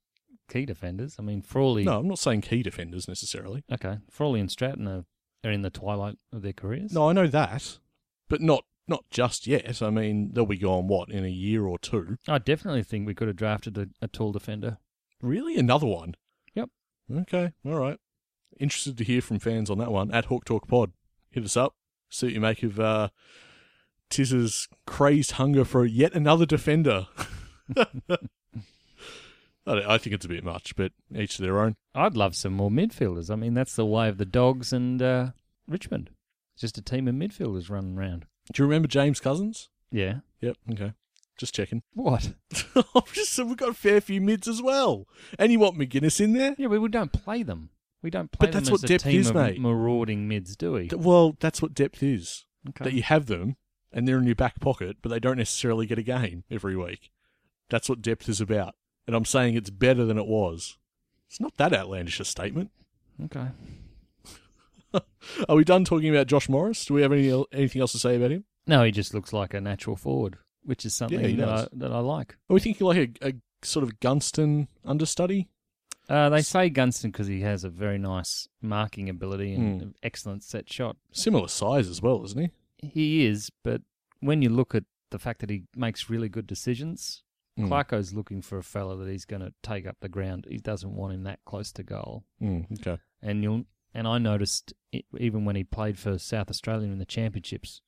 key defenders. I mean Frawley No, I'm not saying key defenders necessarily. Okay. Frawley and Stratton are, are in the twilight of their careers. No, I know that, but not not just yet. I mean, they'll be gone what in a year or two. I definitely think we could have drafted a, a tall defender. Really? Another one? Yep. Okay. All right. Interested to hear from fans on that one at Hawk Talk Pod. Hit us up. See what you make of uh, Tiz's crazed hunger for yet another defender. I, don't- I think it's a bit much, but each to their own. I'd love some more midfielders. I mean, that's the way of the Dogs and uh, Richmond. Just a team of midfielders running around. Do you remember James Cousins? Yeah. Yep. Okay. Just checking. What? I'm just we've got a fair few mids as well. And you want McGuinness in there? Yeah, we, we don't play them. We don't play But them that's as what a depth team is, of mate. marauding mids, do we? Th- Well, that's what depth is. Okay. that you have them and they're in your back pocket, but they don't necessarily get a game every week. That's what depth is about. And I'm saying it's better than it was. It's not that outlandish a statement. Okay. Are we done talking about Josh Morris? Do we have any anything else to say about him? No, he just looks like a natural forward, which is something he that, I, does. that I like. Are we thinking like a, a sort of Gunston understudy? Uh, they say Gunston because he has a very nice marking ability and an excellent set shot. Similar size as well, isn't he? He is, but when you look at the fact that he makes really good decisions, Mm. Clarko's looking for a fella that he's going to take up the ground. He doesn't want him that close to goal. Mm, okay. And you'll and I noticed e- even when he played for South Australia in the championships,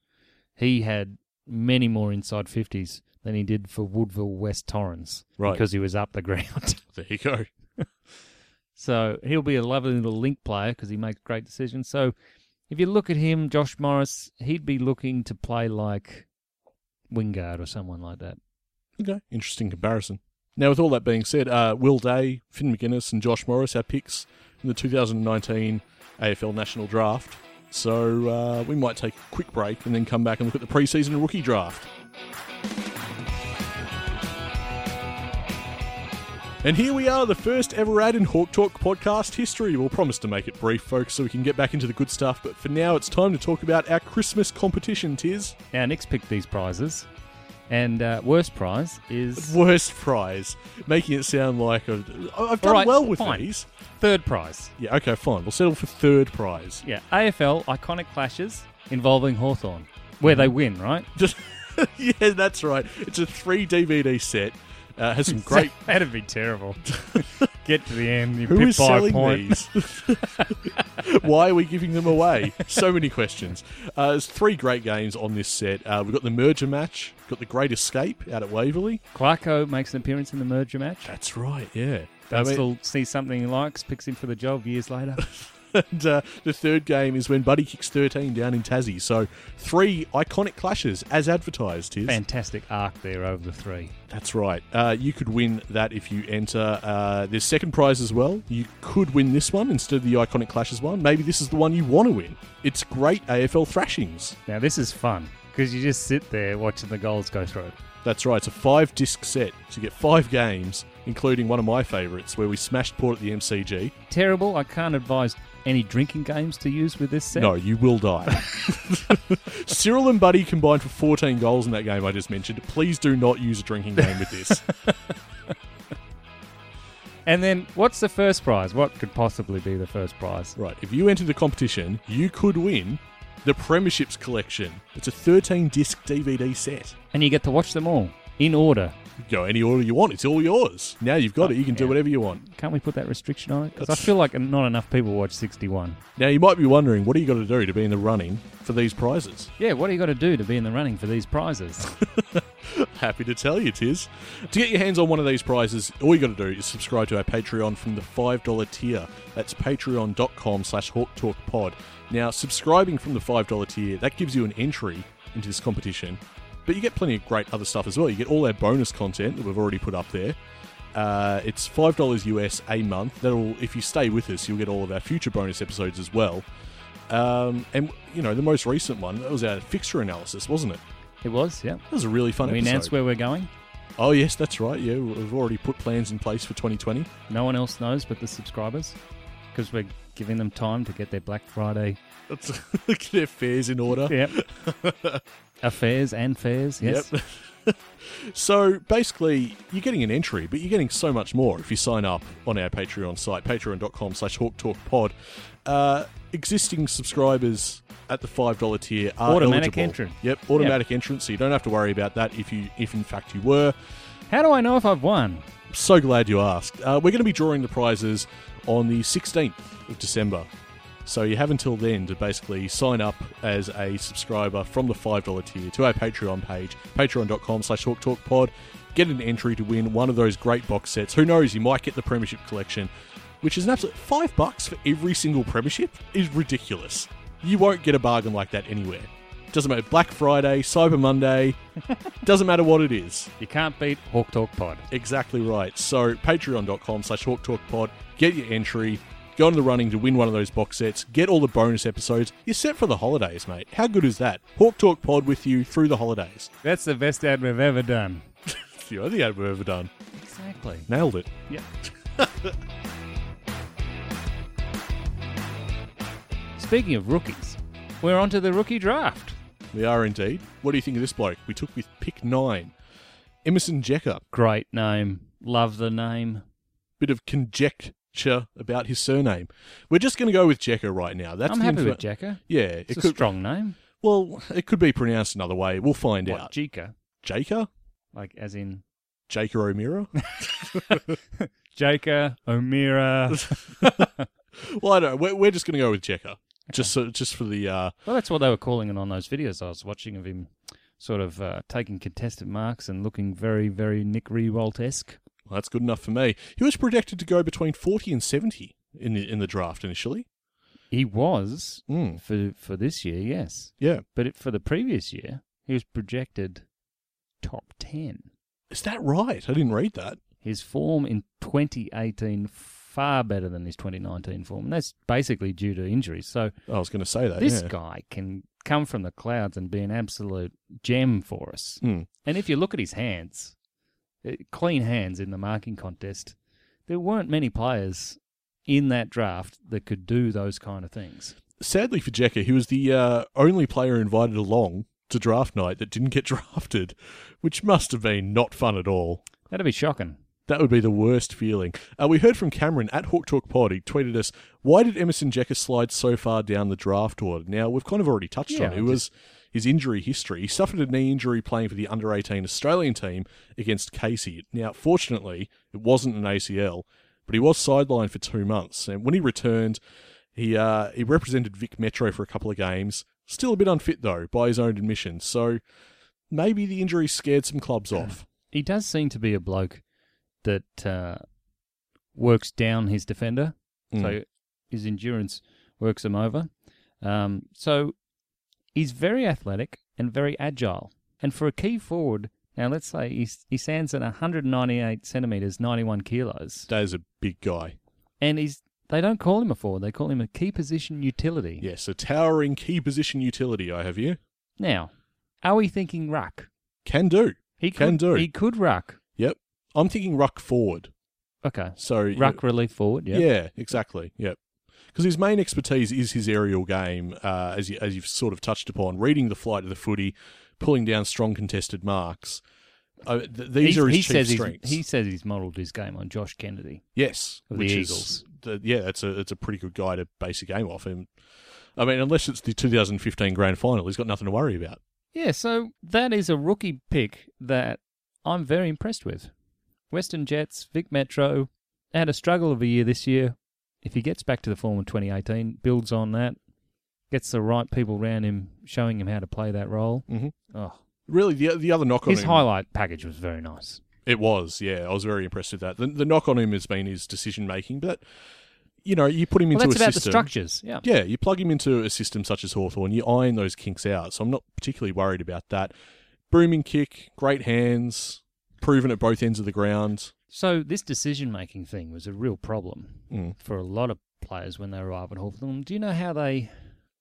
he had many more inside fifties than he did for Woodville West Torrens Right. because he was up the ground. There you go. So he'll be a lovely little link player because he makes great decisions. So if you look at him, Josh Morris, he'd be looking to play like Wingard or someone like that. Okay. Interesting comparison. Now, with all that being said, uh, Will Day, Finn McGuinness, and Josh Morris, our picks in the 2019 AFL National Draft. So uh, we might take a quick break and then come back and look at the preseason rookie draft. And here we are, the first ever ad in Hawk Talk podcast history. We'll promise to make it brief, folks, so we can get back into the good stuff. But for now, it's time to talk about our Christmas competition, Tiz. Now, Nick's picked these prizes, and uh, worst prize is worst prize, making it sound like I've, I've done All right, well with fine. these. third prize. Yeah, okay, fine. We'll settle for third prize. Yeah, AFL iconic clashes involving Hawthorn, where Mm-hmm. they win, right? Just yeah, that's right. It's a three DVD set. Uh, has some great. That'd be terrible. Get to the end, you Who pip is by a selling point. these? Why are we giving them away? So many questions. Uh, there's three great games on this set. Uh, we've got the merger match. We've got the Great Escape out at Waverley. Clarko makes an appearance in the merger match. That's right. Yeah. I They'll mean- still see something he likes, picks him for the job years later. And uh, the third game is when Buddy kicks 13 down in Tassie. So three iconic clashes as advertised. Is Fantastic arc there over the three. that's right. Uh, you could win that if you enter. Uh, there's second prize as well. You could win this one instead of the iconic clashes one. Maybe this is the one you want to win. It's great AFL thrashings. Now this is fun because you just sit there watching the goals go through. That's right. It's a five disc set. So you get five games, including one of my favourites where we smashed Port at the MCG. Terrible. I can't advise any drinking games to use with this set. No, you will die. Cyril and Buddy combined for 14 goals in that game I just mentioned. Please do not use a drinking game with this. And then what's the first prize? What could possibly be the first prize? right, if you enter the competition, you could win the Premierships Collection. It's a 13 disc DVD set. And you get to watch them all in order. You Go any order you want, it's all yours. Now you've got it, you can do yeah. whatever you want. Can't we put that restriction on it? Because I That's- feel like not enough people watch 61. Now you might be wondering, what do you got to do to be in the running for these prizes? Yeah, what do you got to do to be in the running for these prizes? Happy to tell you, Tiz. To get your hands on one of these prizes, all you got to do is subscribe to our Patreon from the $5 tier. That's patreon.com slash hawktalkpod. Now, subscribing from the $5 tier, that gives you an entry into this competition. But you get plenty of great other stuff as well. You get all our bonus content that we've already put up there. Uh, it's five dollars US a month. That'll if you stay with us, you'll get all of our future bonus episodes as well. Um, and you know the most recent one that was our fixture analysis, wasn't it? it was, yeah. That was a really fun. We episode. announced where we're going. Oh yes, that's right. Yeah, we've already put plans in place for 2020. No one else knows but the subscribers because we're giving them time to get their Black Friday That's get their fares in order. Yep. Affairs and fairs, yes. Yep. So basically, you're getting an entry, but you're getting so much more if you sign up on our Patreon site, patreon.com slash hawktalkpod. Uh, existing subscribers at the $5 tier are Automatic eligible. entrant. Yep, automatic entrance, so you don't have to worry about that if you if in fact you were. How do I know if I've won? So glad you asked. Uh, we're going to be drawing the prizes on the 16th of December. So you have until then to basically sign up as a subscriber from the $5 tier to our Patreon page, patreon.com slash hawktalkpod. Get an entry to win one of those great box sets. Who knows, you might get the Premiership Collection, which is an absolute five bucks for every single Premiership is ridiculous. You won't get a bargain like that anywhere. Doesn't matter, Black Friday, Cyber Monday, doesn't matter what it is. You can't beat Hawk Talk Pod. Exactly right. So patreon.com slash hawk talk pod, get your entry, go into the running to win one of those box sets, get all the bonus episodes. You're set for the holidays, mate. How good is that? Hawk Talk Pod with you through the holidays. That's the best ad we've ever done. It's the only ad we've ever done. Exactly. Nailed it. Yep. Speaking of rookies, we're on to the rookie draft. We are indeed. What do you think of this bloke? We took with pick nine, Emerson Jecker. Great name. Love the name. Bit of conjecture about his surname. We're just going to go with Jecker right now. That's I'm the happy info- with Jacker. Yeah, It's it a could. strong name. well, it could be pronounced another way. We'll find What, out. Jika? Jaker, Like, as in Jaker O'Meara. Jaker, O'Meara. well, I don't. know. We're, we're just going to go with Jecker, just so, just for the uh, well, that's what they were calling it on those videos I was watching of him sort of uh, taking contestant marks and looking very, very Nick Rewalt esque. Well, that's good enough for me. He was projected to go between 40 and 70 in the, in the draft initially. He was Mm. for, for this year, yes. Yeah. But it, for the previous year, he was projected top 10. Is that right? I didn't read that. his form in 2018 far better than his 2019 form. And that's basically due to injuries. So I was going to say that. this Uh, yeah. guy can come from the clouds and be an absolute gem for us. Hmm. And if you look at his hands, eh, clean hands in the marking contest, there weren't many players in that draft that could do those kind of things. Sadly for Jekka, he was the uh, only player invited along to draft night that didn't get drafted, which must have been not fun at all. That'd be shocking. That would be the worst feeling. Uh, we heard from Cameron at Hawk Talk Pod. He tweeted us, "Why did Emerson Jekka slide so far down the draft order?" Now we've kind of already touched Yeah, on it. it I was his injury history. He suffered a knee injury playing for the under eighteen Australian team against Casey. Now, fortunately, it wasn't an ACL, but he was sidelined for two months. And when he returned, he uh, he represented Vic Metro for a couple of games. Still a bit unfit though, by his own admission. So maybe the injury scared some clubs off. He does seem to be a bloke that uh, works down his defender. Hmm. Mm. So his endurance works him over. Um, so he's very athletic and very agile. And for a key forward, now let's say he, he stands at 198 centimetres, 91 kilos. That is a big guy. And he's they don't call him a forward, they call him a key position utility. Yes, a towering key position utility, I have you. Now, are we thinking ruck? Can do. He Can could, do. He could ruck. Yep. I'm thinking ruck forward. Okay. So Ruck relief forward, yeah. Yeah, exactly. Yep. Because his main expertise is his aerial game, uh, as you, as you've sort of touched upon, reading the flight of the footy, pulling down strong contested marks. Uh, th- these He- are his he chief says he's- strengths. He says he's modelled his game on Josh Kennedy. Yes, Of the which Eagles. is the, yeah, that's a that's a pretty good guy to base a game off. And I mean, unless it's the 2015 grand final, he's got nothing to worry about. Yeah, so that is a rookie pick that I'm very impressed with. Western Jets, Vic Metro had a struggle of a year this year. If he gets back to the form of 2018, builds on that, gets the right people around him, showing him how to play that role. Mhm. Oh, Really, the the other knock on his him, highlight package was very nice. It was, yeah. I was very impressed with that. The, the knock on him has been his decision making, but you know, you put him Well, into that's a about the system. structures. Yeah. Yeah, you plug him into a system such as Hawthorn, you iron those kinks out. So I'm not particularly worried about that. Booming kick, great hands, proven at both ends of the ground. So this decision making thing was a real problem Mm. for a lot of players when they arrive at Hawthorn. Do you know how they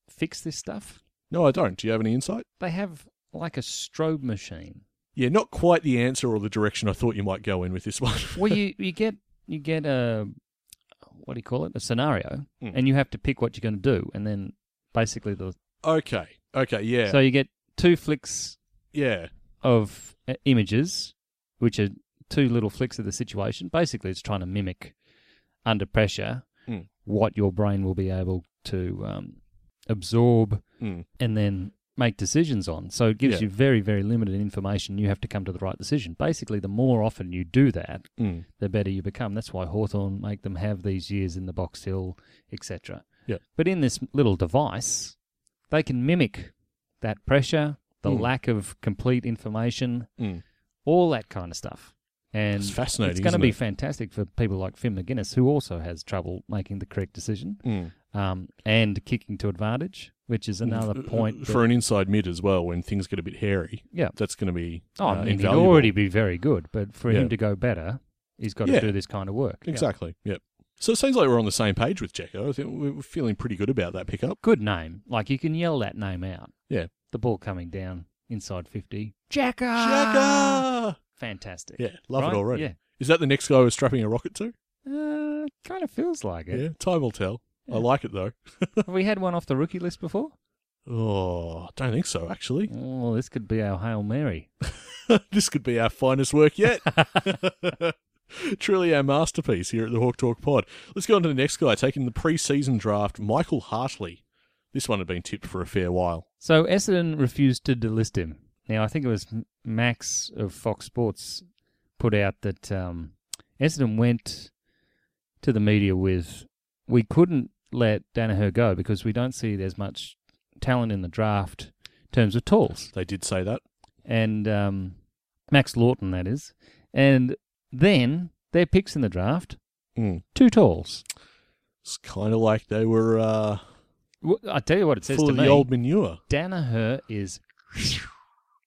fix this stuff? No, I don't. Do you have any insight? They have like a strobe machine. Yeah, not quite the answer or the direction I thought you might go in with this one. well, you, you get you get a what do you call it? A scenario, Mm. and you have to pick what you're going to do, and then basically the okay, okay, yeah, so you get two flicks yeah, of uh, images, which are two little flicks of the situation. Basically, it's trying to mimic under pressure Mm. what your brain will be able to um, absorb Mm. and then make decisions on. So it gives Yeah. you very very limited information. You have to come to the right decision. Basically, the more often you do that, Mm. the better you become. That's why Hawthorn make them have these years in the Box Hill, etc. Yeah. But in this little device, they can mimic that pressure, the Mm. lack of complete information, Mm. all that kind of stuff. And It's fascinating, It's going to isn't be it? fantastic for people like Finn McGuinness, who also has trouble making the correct decision Mm. um, and kicking to advantage, which is another point. Mm, Uh, for that- an inside mid as well when things get a bit hairy. yeah. That's going to be uh, Oh, I mean, he'd invaluable. already be very good, but for Yeah. him to go better, he's got to Yeah. do this kind of work. Yeah. Exactly. Yep. So it seems like we're on the same page with Jacko. I think we're feeling pretty good about that pickup. good name. Like you can yell that name out. Yeah. The ball coming down inside fifty. Jacker. Ah. Jacko! Fantastic. Yeah, love Right? it already. Yeah. Is that the next guy we're strapping a rocket to? Uh, kind of feels like it. Time will tell. I like it though. Have we had one off the rookie list before? Oh, I don't think so, actually. Oh, this could be our Hail Mary. this could be our finest work yet. Truly our masterpiece here at the Hawk Talk Pod. Let's go on to the next guy, taking the pre season draft, Michael Hartley. This one had been tipped for a fair while. So Essendon refused to delist him. Now, I think it was M- Max of Fox Sports put out that um, Essendon went to the media with, we couldn't let Danaher go because we don't see there's much talent in the draft in terms of tools. They did say that. and um, Max Lawton, that is. And then their picks in the draft, Mm. two talls. It's kind of like they were uh, W- I tell you what it says full to of me. the old manure. Danaher is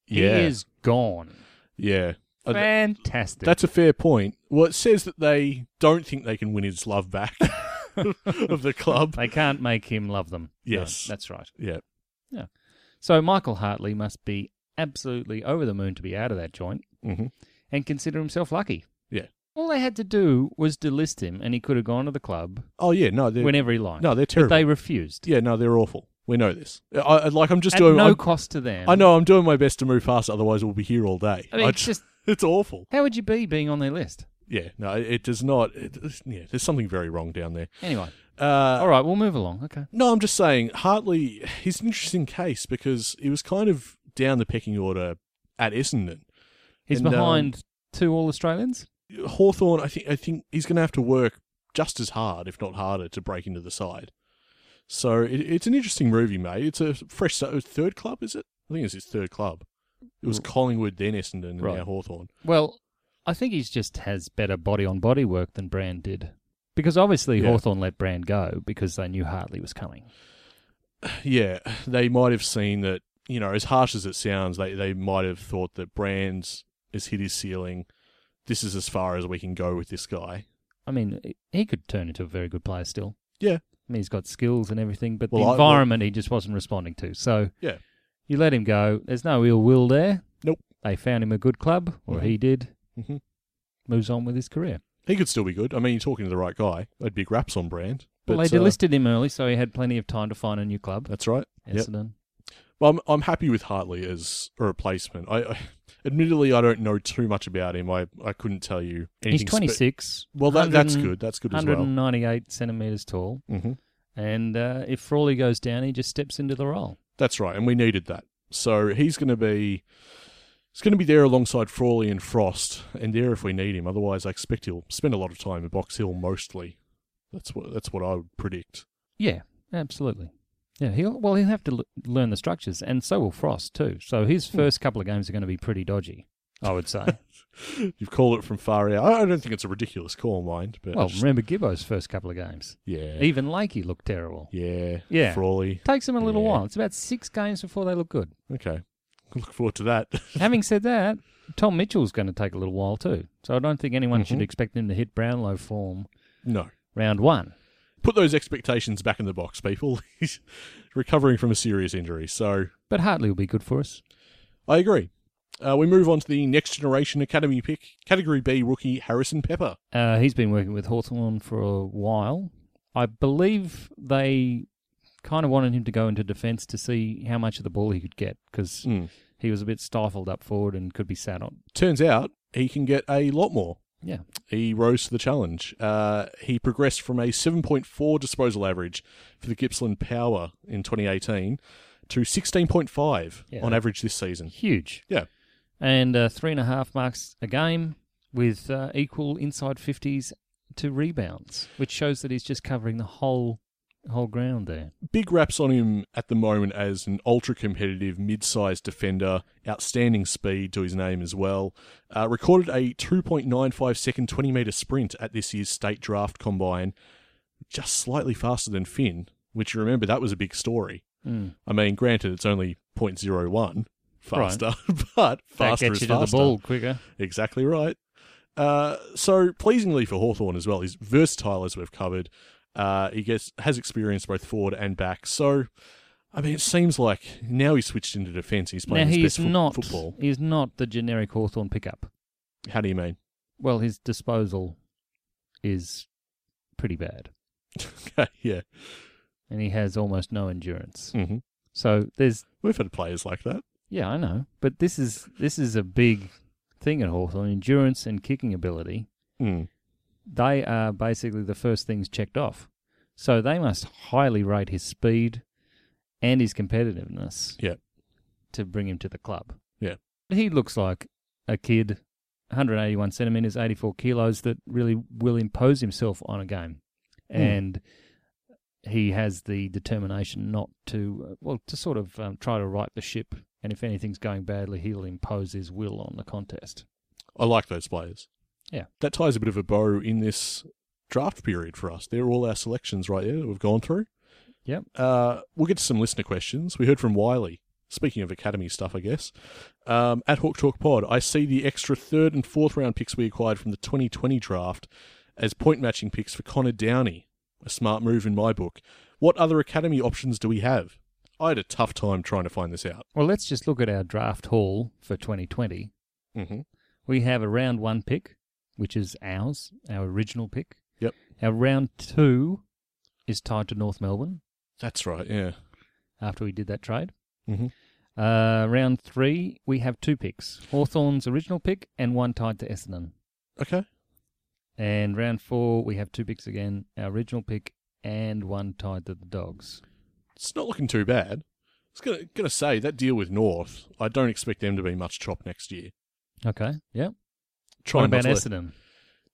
Yeah. he is gone. Yeah. Uh, th- Fantastic. That's a fair point. Well, it says that they don't think they can win his love back of the club. they can't make him love them. No, Yes. that's right. Yeah. So Michael Hartley must be absolutely over the moon to be out of that joint Mhm. and consider himself lucky. Yeah. All they had to do was delist him, and he could have gone to the club Oh, yeah. No, they're, whenever he liked. no, they're but terrible. they refused. Yeah, no, they're awful. We know this. I, I- like, I'm just At doing. no I'm- cost to them. I know I'm doing my best to move fast, otherwise we'll be here all day. I mean, it's ju- just it's awful. how would you be being on their list? Yeah, no, it does not. It, it's- yeah, there's something very wrong down there. Anyway, Uh, all right, we'll move along. Okay, no, I'm just saying Hartley. He's an interesting case because he was kind of down the pecking order at Essendon. he's And, um, behind two All Australians. Hawthorn, I think I think he's going to have to work just as hard, if not harder, to break into the side. So it, it's an interesting move he made. It's a fresh start. Third club, is it? I think it's his third club. It was Collingwood, then Essendon, and Right. now Hawthorn. Well, I think he's just has better body on body work than Brand did, because obviously Yeah. Hawthorn let Brand go because they knew Hartley was coming. Yeah, they might have seen that. You know, as harsh as it sounds, they they might have thought that Brands has hit his ceiling. This is as far as we can go with this guy. I mean, he- he could turn into a very good player still. Yeah. I mean, he's got skills and everything, but Well, I- the environment he just wasn't responding to. So Yeah. you let him go. There's no ill will there. Nope. They found him a good club, or Mhm. he did. Mhm. Moves on with his career. He could still be good. I mean, you're talking to the right guy. I'd big raps on Brand. Well, they uh, delisted him early, so he had plenty of time to find a new club. That's right. Yep. Essendon. Well, I'm, I'm happy with Hartley as a replacement. I, I admittedly I don't know too much about him. I, I couldn't tell you anything. He's spe- 26. well, that, that's 100 good. That's good as well. 198 centimetres tall. hmm And uh, if Frawley goes down, he just steps into the role. That's right, and we needed that. So he's going to be he's going to be there alongside Frawley and Frost, and there if we need him. Otherwise, I expect he'll spend a lot of time in Box Hill mostly. That's what that's what I would predict. Yeah, absolutely. Yeah, he'll well he'll have to l- learn the structures, and so will Frost too. So his first couple of games are going to be pretty dodgy, I would say. You've called it from far out. I I don't think it's a ridiculous call, mind. But I well, just- remember Gibbo's first couple of games. yeah, Even Lakey looked terrible. yeah, Yeah. Frawley. Takes them a little Yeah. while. It's about six games before they look good. Okay, look forward to that. Having said that, Tom Mitchell's going to take a little while too. So I don't think anyone should expect him to hit Brownlow form no. round one. put those expectations back in the box, people. He's recovering from a serious injury, so But Hartley will be good for us. I agree. Uh, we move on to the next generation academy pick, category B rookie Harrison Pepper. Uh, he's been working with Hawthorn for a while. I believe they kind of wanted him to go into defence to see how much of the ball he could get because Mm. he was a bit stifled up forward and could be sat on. Turns out he can get a lot more. Yeah. He rose to the challenge. Uh, he progressed from a 7.4 disposal average for the Gippsland Power in 2018 to 16.5 Yeah. on average this season. Huge. Yeah. And uh, three and a half marks a game with uh, equal inside 50s to rebounds, which shows that he's just covering the whole whole ground there. big raps on him at the moment as an ultra competitive mid sized defender, outstanding speed to his name as well. Uh, recorded a 2.95 second 20 metre sprint at this year's state draft combine, just slightly faster than Finn, which you remember that was a big story. Mm. I mean, granted, it's only 0.01 faster, but That faster gets is you to the faster. ball quicker. Exactly right. Uh, so pleasingly for Hawthorn as well, he's versatile as we've covered. Uh, he gets has experience both forward and back. So, I mean, it seems like now he's switched into defence. He's playing Now his he's best fo- not football. he's not the generic Hawthorn pickup. How do you mean? Well, his disposal is pretty bad. okay, yeah. and he has almost no endurance. hmm So there's We've had players like that. yeah, I know, but this is this is a big thing at Hawthorn endurance and kicking ability. Mm. They are basically the first things checked off. So they must highly rate his speed and his competitiveness Yeah. to bring him to the club. Yeah. He looks like a kid, 181 centimetres, 84 kilos, that really will impose himself on a game. Hmm. And he has the determination not to, uh, well, to sort of um, try to right the ship. And if anything's going badly, he'll impose his will on the contest. I like those players. Yeah. That ties a bit of a bow in this draft period for us. They're all our selections right there that we've gone through. Yep. Uh, we'll get to some listener questions. We heard from Wiley. Speaking of academy stuff, I guess. Um, at Hawk Talk Pod, I see the extra third and fourth round picks we acquired from the 2020 draft as point matching picks for Connor Downey. A smart move in my book. What other academy options do we have? I had a tough time trying to find this out. Well, let's just look at our draft haul for 2020. Mm-hmm. We have a round one pick, which is ours, our original pick. Yep. Our round two is tied to North Melbourne That's right. Yeah. after we did that trade. Mhm. Uh, round three, we have two picks Hawthorn's original pick and one tied to Essendon. Okay. And round four, we have two picks again our original pick and one tied to the Dogs. It's not looking too bad. I was gonna, gonna say that deal with North. I don't expect them to be much chop next year. Okay. Yeah. Try What not about to let- Essendon?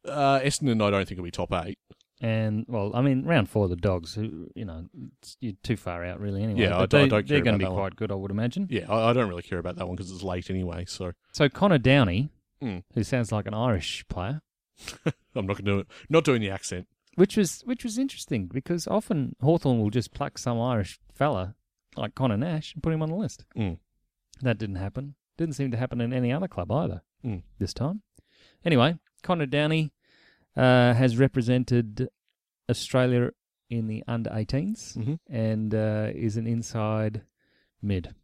Uh, Essendon, I don't think will be top eight. And well, I mean, round four, the dogs. Who you know, it's, you're too far out, really. Anyway, Yeah, I But don't- I they, don't care they're going about to that be one. quite good, I would imagine. Yeah, I, I don't really care about that one because it's late anyway. So So Connor Downey, Hmm. who sounds like an Irish player, I'm not gonna do it. Not doing the accent. which was which was interesting because often Hawthorn will just pluck some Irish fella like Connor Nash and put him on the list. Hmm. That didn't happen. Didn't seem to happen in any other club either Hmm. this time. Anyway, Connor Downey uh, has represented Australia in the under 18s Mhm. and uh, is an inside mid,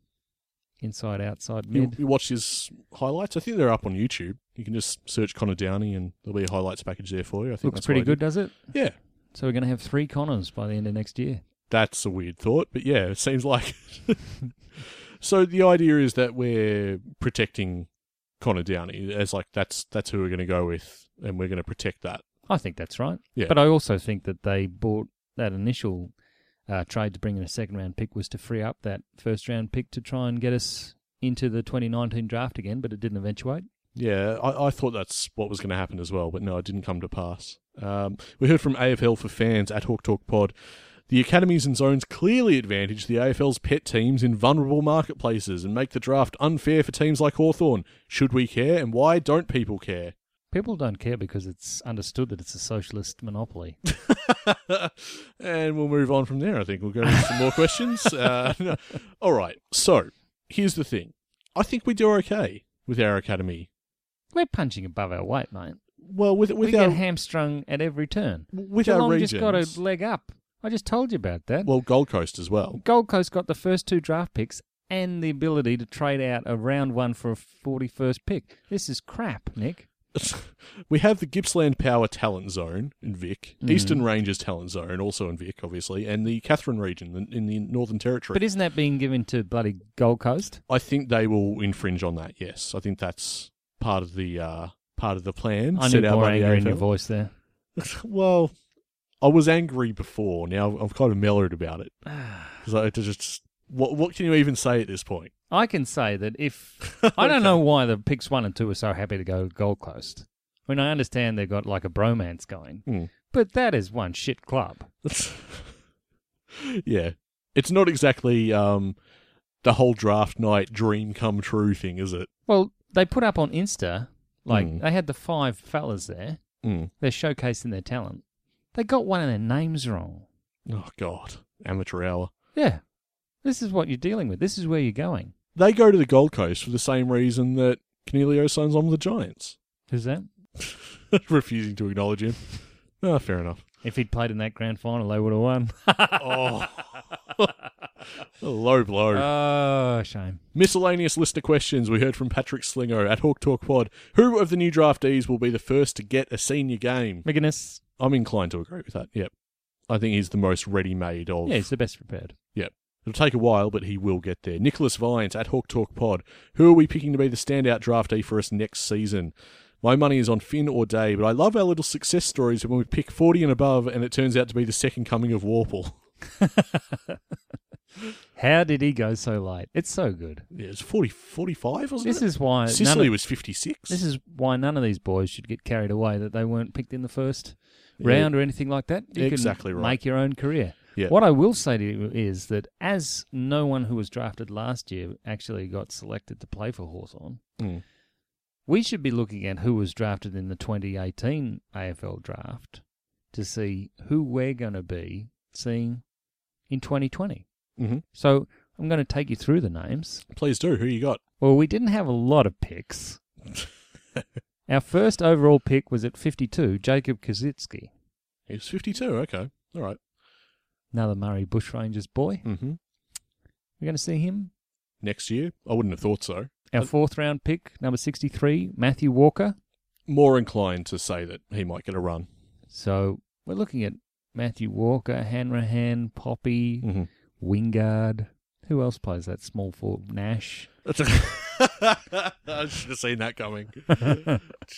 inside outside You, mid. you watch his highlights. I think they're up on YouTube. You can just search Connor Downey and there'll be a highlights package there for you. I think Looks that's what pretty I did. good, does it? Yeah, So we're going to have three Connors by the end of next year. that's a weird thought, but yeah, it seems like. so the idea is that we're protecting Connor Downey as like that's that's who we're going to go with, and we're going to protect that. I think that's right. Yeah. But I also think that they bought that initial uh, trade to bring in a second round pick was to free up that first round pick to try and get us into the 2019 draft again, but it didn't eventuate. Yeah, I, I thought that's what was going to happen as well, but no, it didn't come to pass. Um, we heard from AFL for fans at Hawk Talk Pod. The academies and zones clearly advantage the AFL's pet teams in vulnerable marketplaces and make the draft unfair for teams like Hawthorn. Should we care, and why don't people care? People don't care because it's understood that it's a socialist monopoly. and we'll move on from there. I think we'll go to some more questions. Uh, no. All right. So here's the thing. I think we do okay with our academy. We're punching above our weight, mate. Well, with with we our get hamstrung at every turn. with Geelong our regions. just got a leg up. I just told you about that. well, Gold Coast as well. Gold Coast got the first two draft picks and the ability to trade out a round one for a 41st pick. This is crap, Nick. we have the Gippsland Power Talent Zone in Vic, Mm. Eastern Rangers Talent Zone also in Vic, obviously, and the Catherine region in- in the Northern Territory. But isn't that being given to bloody Gold Coast? I think they will infringe on that. Yes, I think that's part of the uh, part of the plan I set need out more by the anger in your AFL. voice there. well, I was angry before. Now I've kind of mellowed about it because I just what what can you even say at this point? I can say that if I don't know why the picks one and two are so happy to go Gold Coast. I mean, I understand they've got like a bromance going, Hmm. but that is one shit club. Hmm. yeah, it's not exactly um, the whole draft night dream come true thing, is it? Well, they put up on Insta, like Hmm. they had the five fellas there. Mm. They're showcasing their talent. They got one of their names wrong. Oh God, amateur hour. Yeah, this is what you're dealing with. This is where you're going. They go to the Gold Coast for the same reason that Cornelio signs on with the Giants, Who's that? refusing to acknowledge him. Ah, fair enough. If he'd played in that grand final, they would have won. Oh, a low blow. oh, shame. Miscellaneous listener questions we heard from Patrick Slinger at Hawk Talk Pod. Who of the new draftees will be the first to get a senior game? McGuinness. I'm inclined to agree with that. Yep. I think he's the most ready-made of. Yeah, he's the best prepared. Yeah. It'll take a while, but he will get there. Nicholas Vines at Hawk Talk Pod. Who are we picking to be the standout draftee for us next season? My money is on Finn or Day, but I love our little success stories when we pick 40 and above and it turns out to be the second coming of Warple. How did he go so late? It's so good. Yeah, it's 40, 45, wasn't This it? is why none Sicily of, was 56. this is why none of these boys should get carried away that they weren't picked in the first Yeah. round or anything like that. You Exactly can right. Make your own career. Yeah. What I will say to you is that as no one who was drafted last year actually got selected to play for Hawthorn, Mm. we should be looking at who was drafted in the 2018 AFL draft to see who we're going to be seeing in 2020. Mhm. So I'm going to take you through the names. Please do. Who you got? Well, we didn't have a lot of picks. Our first overall pick was at 52, Jacob Kaczynski, He was 52. Okay. All right. another Murray Bushrangers boy. Mm-hmm. We're going to see him. Next year? I wouldn't have thought so. Our fourth round pick, number 63, Matthew Walker. More inclined to say that he might get a run. So we're looking at Matthew Walker, Hanrahan, Poppy, Mm-hmm. Wingard. Who else plays that small forward? Nash. That's a- I should have seen that coming.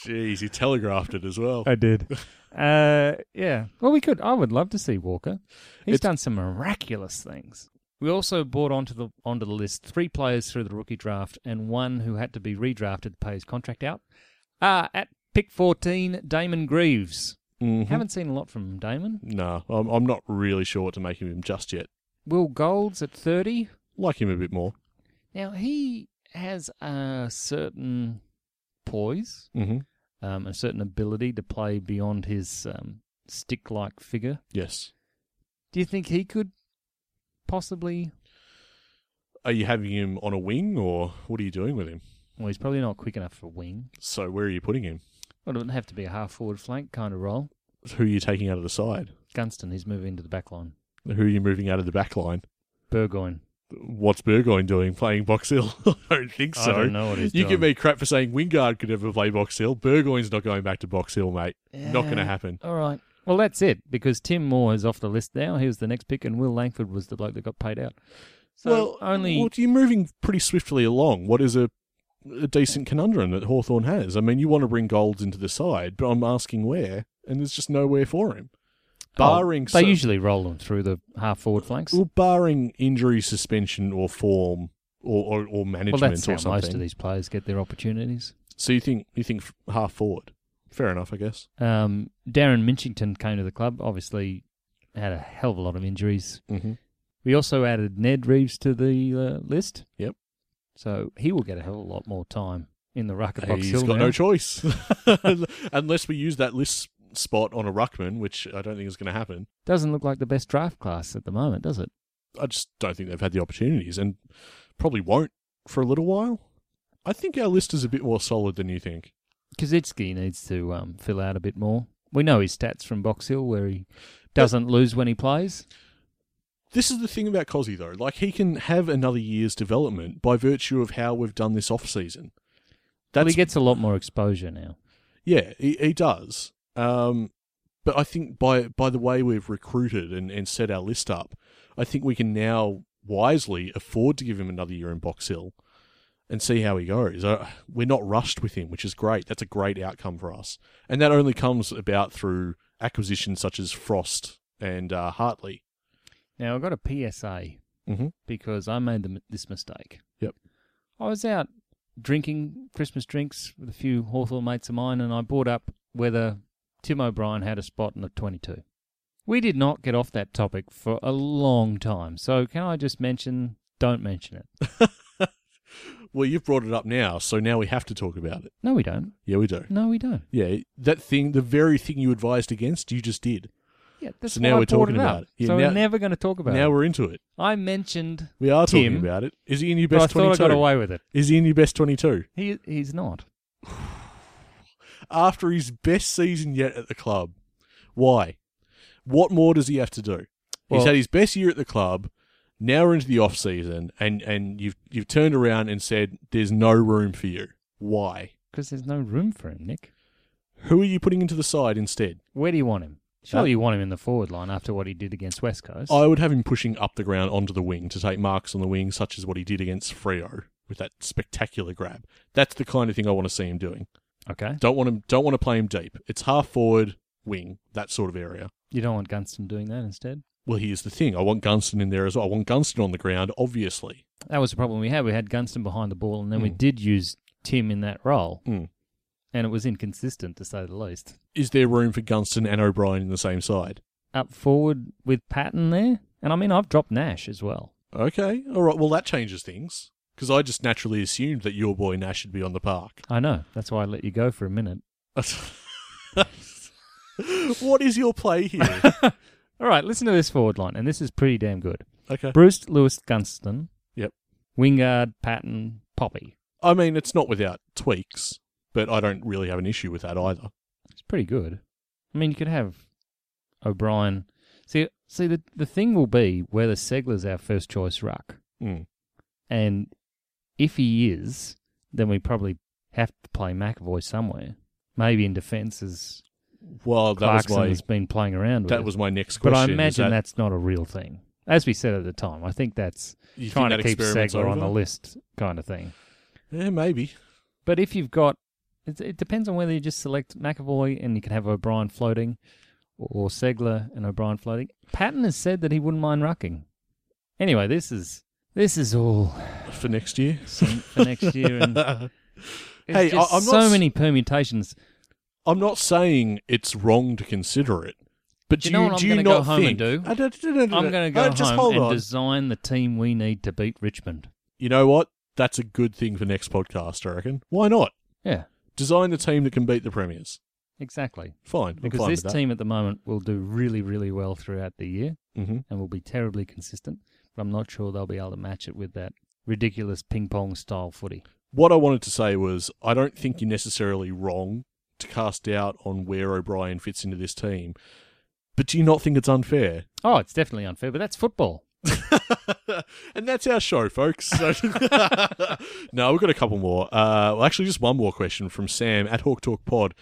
Jeez, he telegraphed it as well. did. uh, yeah. Well, we could. I would love to see Walker. He's It's- done some miraculous things. We also brought onto the onto the list three players through the rookie draft and one who had to be redrafted to pay his contract out. Ah, at pick fourteen, Damon Greaves. Mhm. Haven't seen a lot from Damon. Nah, I'm, I'm not really sure what to make of him just yet. Will Golds at thirty. Like him a bit more. Now he has a certain poise, Mm-hmm. um, a certain ability to play beyond his um, stick-like figure. Yes. Do you think he could possibly? Are you having him on a wing, or what are you doing with him? Well, he's probably not quick enough for wing. So where are you putting him? Well, it would have to be a half forward flank kind of role. Who are you taking out of the side? Gunston, he's moving into the back line. Who are you moving out of the back line? Burgoyne. What's Burgoyne doing playing Box Hill? I don't think I so. don't know what he's you give doing. me crap for saying Wingard could ever play Box Hill. Burgoyne's not going back to Box Hill, mate. Not going to Yeah. happen. All right. Well, that's it because Tim Moore is off the list now. He was the next pick, and Will Langford was the bloke that got paid out. So only Well, you're moving pretty swiftly along. What is a, a decent conundrum that Hawthorn has? I mean, you want to bring Golds into the side, but I'm asking where, and there's just nowhere for him. Barring Oh, they so- usually roll them through the half forward flanks. well, barring injury, suspension, or form, or or, or well, management that's or how most of something. these players get their opportunities. So you think you think f- half forward? Fair enough, I guess. Um, Darren Minchington came to the club. Obviously, had a hell of a lot of injuries. Mm-hmm. We also added Ned Reeves to the uh, list. Yep. So he will get a hell of a lot more time in the ruck at Box He's Hill got now. no choice, unless we use that list spot on a ruckman, which I don't think is going to happen. Doesn't look like the best draft class at the moment, does it? I just don't think they've had the opportunities and probably won't for a little while. I think our list is a bit more solid than you think. Kaczynski needs to um, fill out a bit more. We know his stats from Box Hill where he doesn't lose when he plays. This is the thing about Cozzy though. Like he can have another year's development by virtue of how we've done this off season. Well, he gets a lot more exposure now. Yeah, he, he does. Um, but I think by by the way we've recruited and, and set our list up, I think we can now wisely afford to give him another year in Box Hill and see how he goes. Uh, we're not rushed with him, which is great. That's a great outcome for us. And that only comes about through acquisitions such as Frost and uh, Hartley. Now, I got a PSA Mm-hmm. because I made the, this mistake. Yep. I was out drinking Christmas drinks with a few Hawthorn mates of mine, and I brought up whether Tim O'Brien had a spot in the 22. We did not get off that topic for a long time, so can I just mention, don't mention it? Well, you've brought it up now, so now we have to talk about it. No, we don't. Yeah, we do. No, we don't. Yeah, that thing, the very thing you advised against, you just did. Yeah, that's So why now I we're brought talking it up. about it. Yeah, so now- we're never going to talk about now it. we're into it. I mentioned, We are talking Tim. about it. Is he in your but I best thought I twenty-two? got away with it. Is he in your best twenty-two He he's not. after his best season yet at the club? Why? What more does he have to do? Well- He's had his best year at the club. Now we're into the off season, and and you've you've turned around and said there's no room for you. Why? Because there's no room for him, Nick. Who are you putting into the side instead? Where do you want him? Surely you want him in the forward line after what he did against West Coast. I would have him pushing up the ground onto the wing to take marks on the wing, such as what he did against Freo with that spectacular grab. That's the kind of thing I want to see him doing. okay. Don't want him. Don't want to play him deep. It's half forward, wing, that sort of area. You don't want Gunston doing that instead. Well, here's the thing. I want Gunston in there as well. I want Gunston on the ground, obviously. That was the problem we had. We had Gunston behind the ball, and then we did use Tim in that role, Mm. and it was inconsistent to say the least. Is there room for Gunston and O'Brien in the same side? Up forward with Patton there, and I mean I've dropped Nash as well. Okay, all right. Well, that changes things because I just naturally assumed that your boy Nash should be on the park. I know that's why I let you go for a minute. what is your play here? All right, listen to this forward line, and this is pretty damn good. okay. Bruce Lewis Gunston, Yep. Wingard Patton Poppy. I mean, it's not without tweaks, but I don't really have an issue with that either. It's pretty good. I mean, you could have O'Brien. See, see the the thing will be whether Segler's our first choice ruck, Mm. and if he is, then we probably have to play McAvoy somewhere. Maybe in defence, as Well, that Clarkson was has been playing around my with. that was my next but question. I is imagine that- that's not a real thing. As we said at the time, I think that's you think trying to that keep experiment's Segler on over? the list kind of thing. Yeah, maybe. But if you've got, it, it depends on whether you just select McAvoy and you can have O'Brien floating, or Segler and O'Brien floating. Patton has said that he wouldn't mind rucking. Anyway, this is this is all for next year. some- for next year, and it's Hey, I- just I'm not so s- many permutations. I'm not saying it's wrong to consider it, but do Do you you, know what I'm do you gonna not go home and think- do? I don't- don't- don't- I'm don't- going to uh, go just home hold and on. design the team we need to beat Richmond. You know what? That's a good thing for next podcast. I reckon. Why not Yeah, design the team that can beat the premiers? exactly. Fine, I'm Because fine this with team at the moment will do really, really well throughout the year. hmm and will be terribly consistent, but I'm not sure they'll be able to match it with that ridiculous ping pong style footy. What I wanted to say was, I don't think you're necessarily wrong to cast doubt on where O'Brien fits into this team, but do you not think it's unfair? Oh, it's definitely unfair, but that's football. and that's our show, folks. So- no, we've got a couple more. Uh, well, actually, just one more question from Sam at Hawk Talk Pod.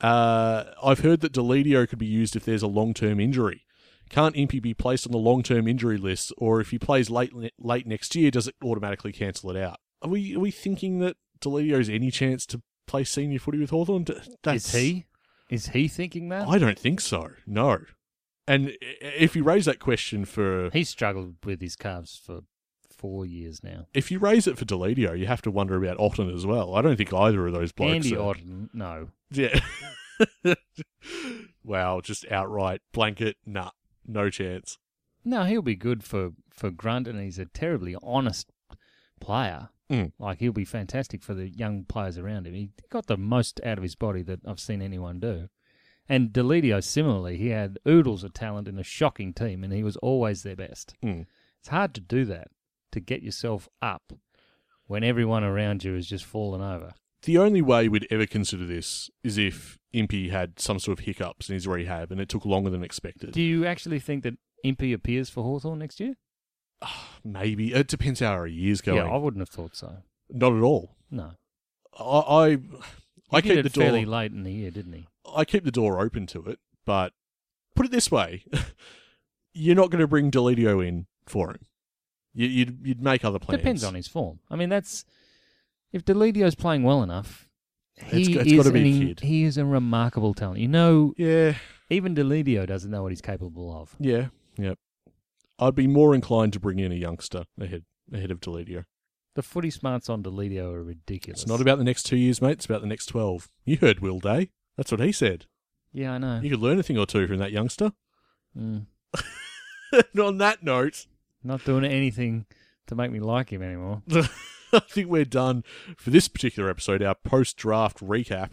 Uh, I've heard that Deledio could be used if there's a long term injury. Can't Impy be placed on the long term injury list, or if he plays late late next year, does it automatically cancel it out? Are we are we thinking that Delidio's any chance to play senior footy with Hawthorn? That's Is he? Is he thinking that? I don't think so. No. And i- if you raise that question for He's struggled with his calves for four years now. if you raise it for Deledio, you have to wonder about Otten as well. I don't think either of those blokes. Andy are- Orton, no. Yeah. wow, just outright blanket. Nah, no chance. No, he'll be good for, for Grunt, and he's a terribly honest player. Mm. Like, he'll be fantastic for the young players around him. He got the most out of his body that I've seen anyone do. And Delidio, similarly, he had oodles of talent in a shocking team, and he was always their best. Mm. It's hard to do that, to get yourself up when everyone around you is just falling over. The only way we'd ever consider this is if Impy had some sort of hiccups in his rehab and it took longer than expected. Do you actually think that Impey appears for Hawthorn next year? Maybe. It depends how our year's going. Yeah, I wouldn't have thought so. Not at all. No. I I, I He keep did the it door fairly late in the year, didn't he? I keep the door open to it, but put it this way: you're not going to bring Delidio in for him. You, you'd you'd make other plans. Depends on his form. I mean, that's if Delidio's playing well enough, he It's- it's is gotta be a an- kid. he is a remarkable talent. You know, Yeah, even Delidio doesn't know what he's capable of. yeah, yep. I'd be more inclined to bring in a youngster ahead ahead of Delidio. The footy smarts on Delidio are ridiculous. It's not about the next two years, mate. It's about the next twelve. You heard Will Day. That's what he said. yeah, I know. You could learn a thing or two from that youngster. Mm. and on that note, Not doing anything to make me like him anymore. I think we're done for this particular episode, our post draft recap.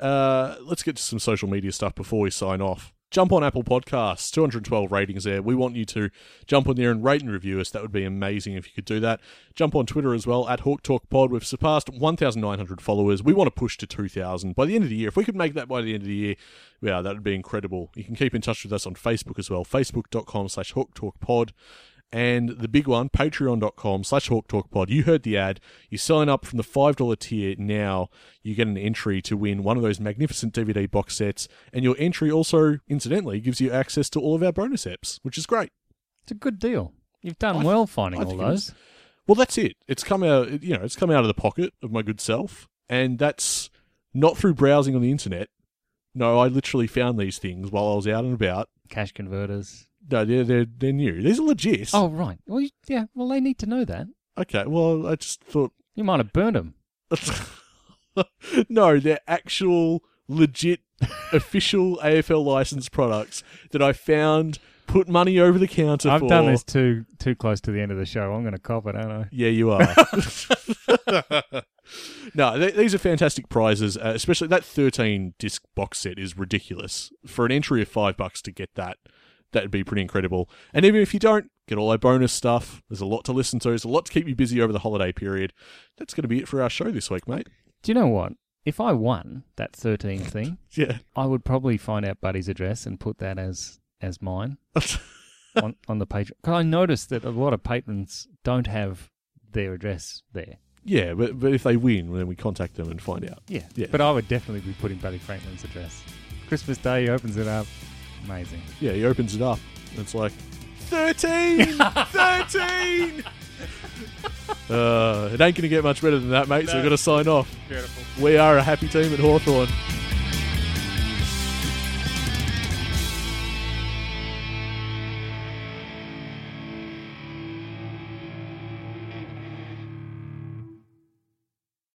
Uh, let's get to some social media stuff before we sign off. Jump on Apple Podcasts, 212 ratings there. We want you to jump on there and rate and review us. That would be amazing if you could do that. Jump on Twitter as well, at Hawk Talk Pod. We've surpassed 1,900 followers. We want to push to 2,000 by the end of the year. If we could make that by the end of the year, yeah, that would be incredible. You can keep in touch with us on Facebook as well, facebook.com slash Hawk Talk Pod. And the big one, patreon.com slash hawk talk pod. You heard the ad. You sign up from the $5 tier now. You get an entry to win one of those magnificent DVD box sets. And your entry also, incidentally, gives you access to all of our bonus apps, which is great. It's a good deal. You've done I- well finding I all think it is. those. Well, that's it. It's come out, it- you know, it's come out of the pocket of my good self, and that's not through browsing on the internet. No, I literally found these things while I was out and about. Cash converters. No, they're they're, they're new. These are legit. Oh, right. Well, you- yeah. Well, they need to know that. okay. Well, I just thought, You might have burned them. no, they're actual legit official AFL licensed products that I found. Put money over the counter. I've for. done this too too close to the end of the show. I'm going to cop it, aren't I? Yeah, you are. no, th- these are fantastic prizes. Uh, especially that thirteen disc box set is ridiculous. For an entry of five bucks to get that, that'd be pretty incredible. And even if you don't get all our bonus stuff, there's a lot to listen to. There's a lot to keep you busy over the holiday period. That's going to be it for our show this week, mate. Do you know what? If I won that 13 thing, Yeah. I would probably find out Buddy's address and put that as as mine on, on the Patreon. Because I noticed that a lot of patrons don't have their address there. yeah, but but if they win, then we contact them and find out. Yeah. Yeah. But I would definitely be putting Buddy Franklin's address. Christmas Day, he opens it up. Amazing. Yeah, he opens it up. And it's like, 13! 13! uh, it ain't going to get much better than that, mate, so we've got to sign off. Beautiful. We are a happy team at Hawthorn.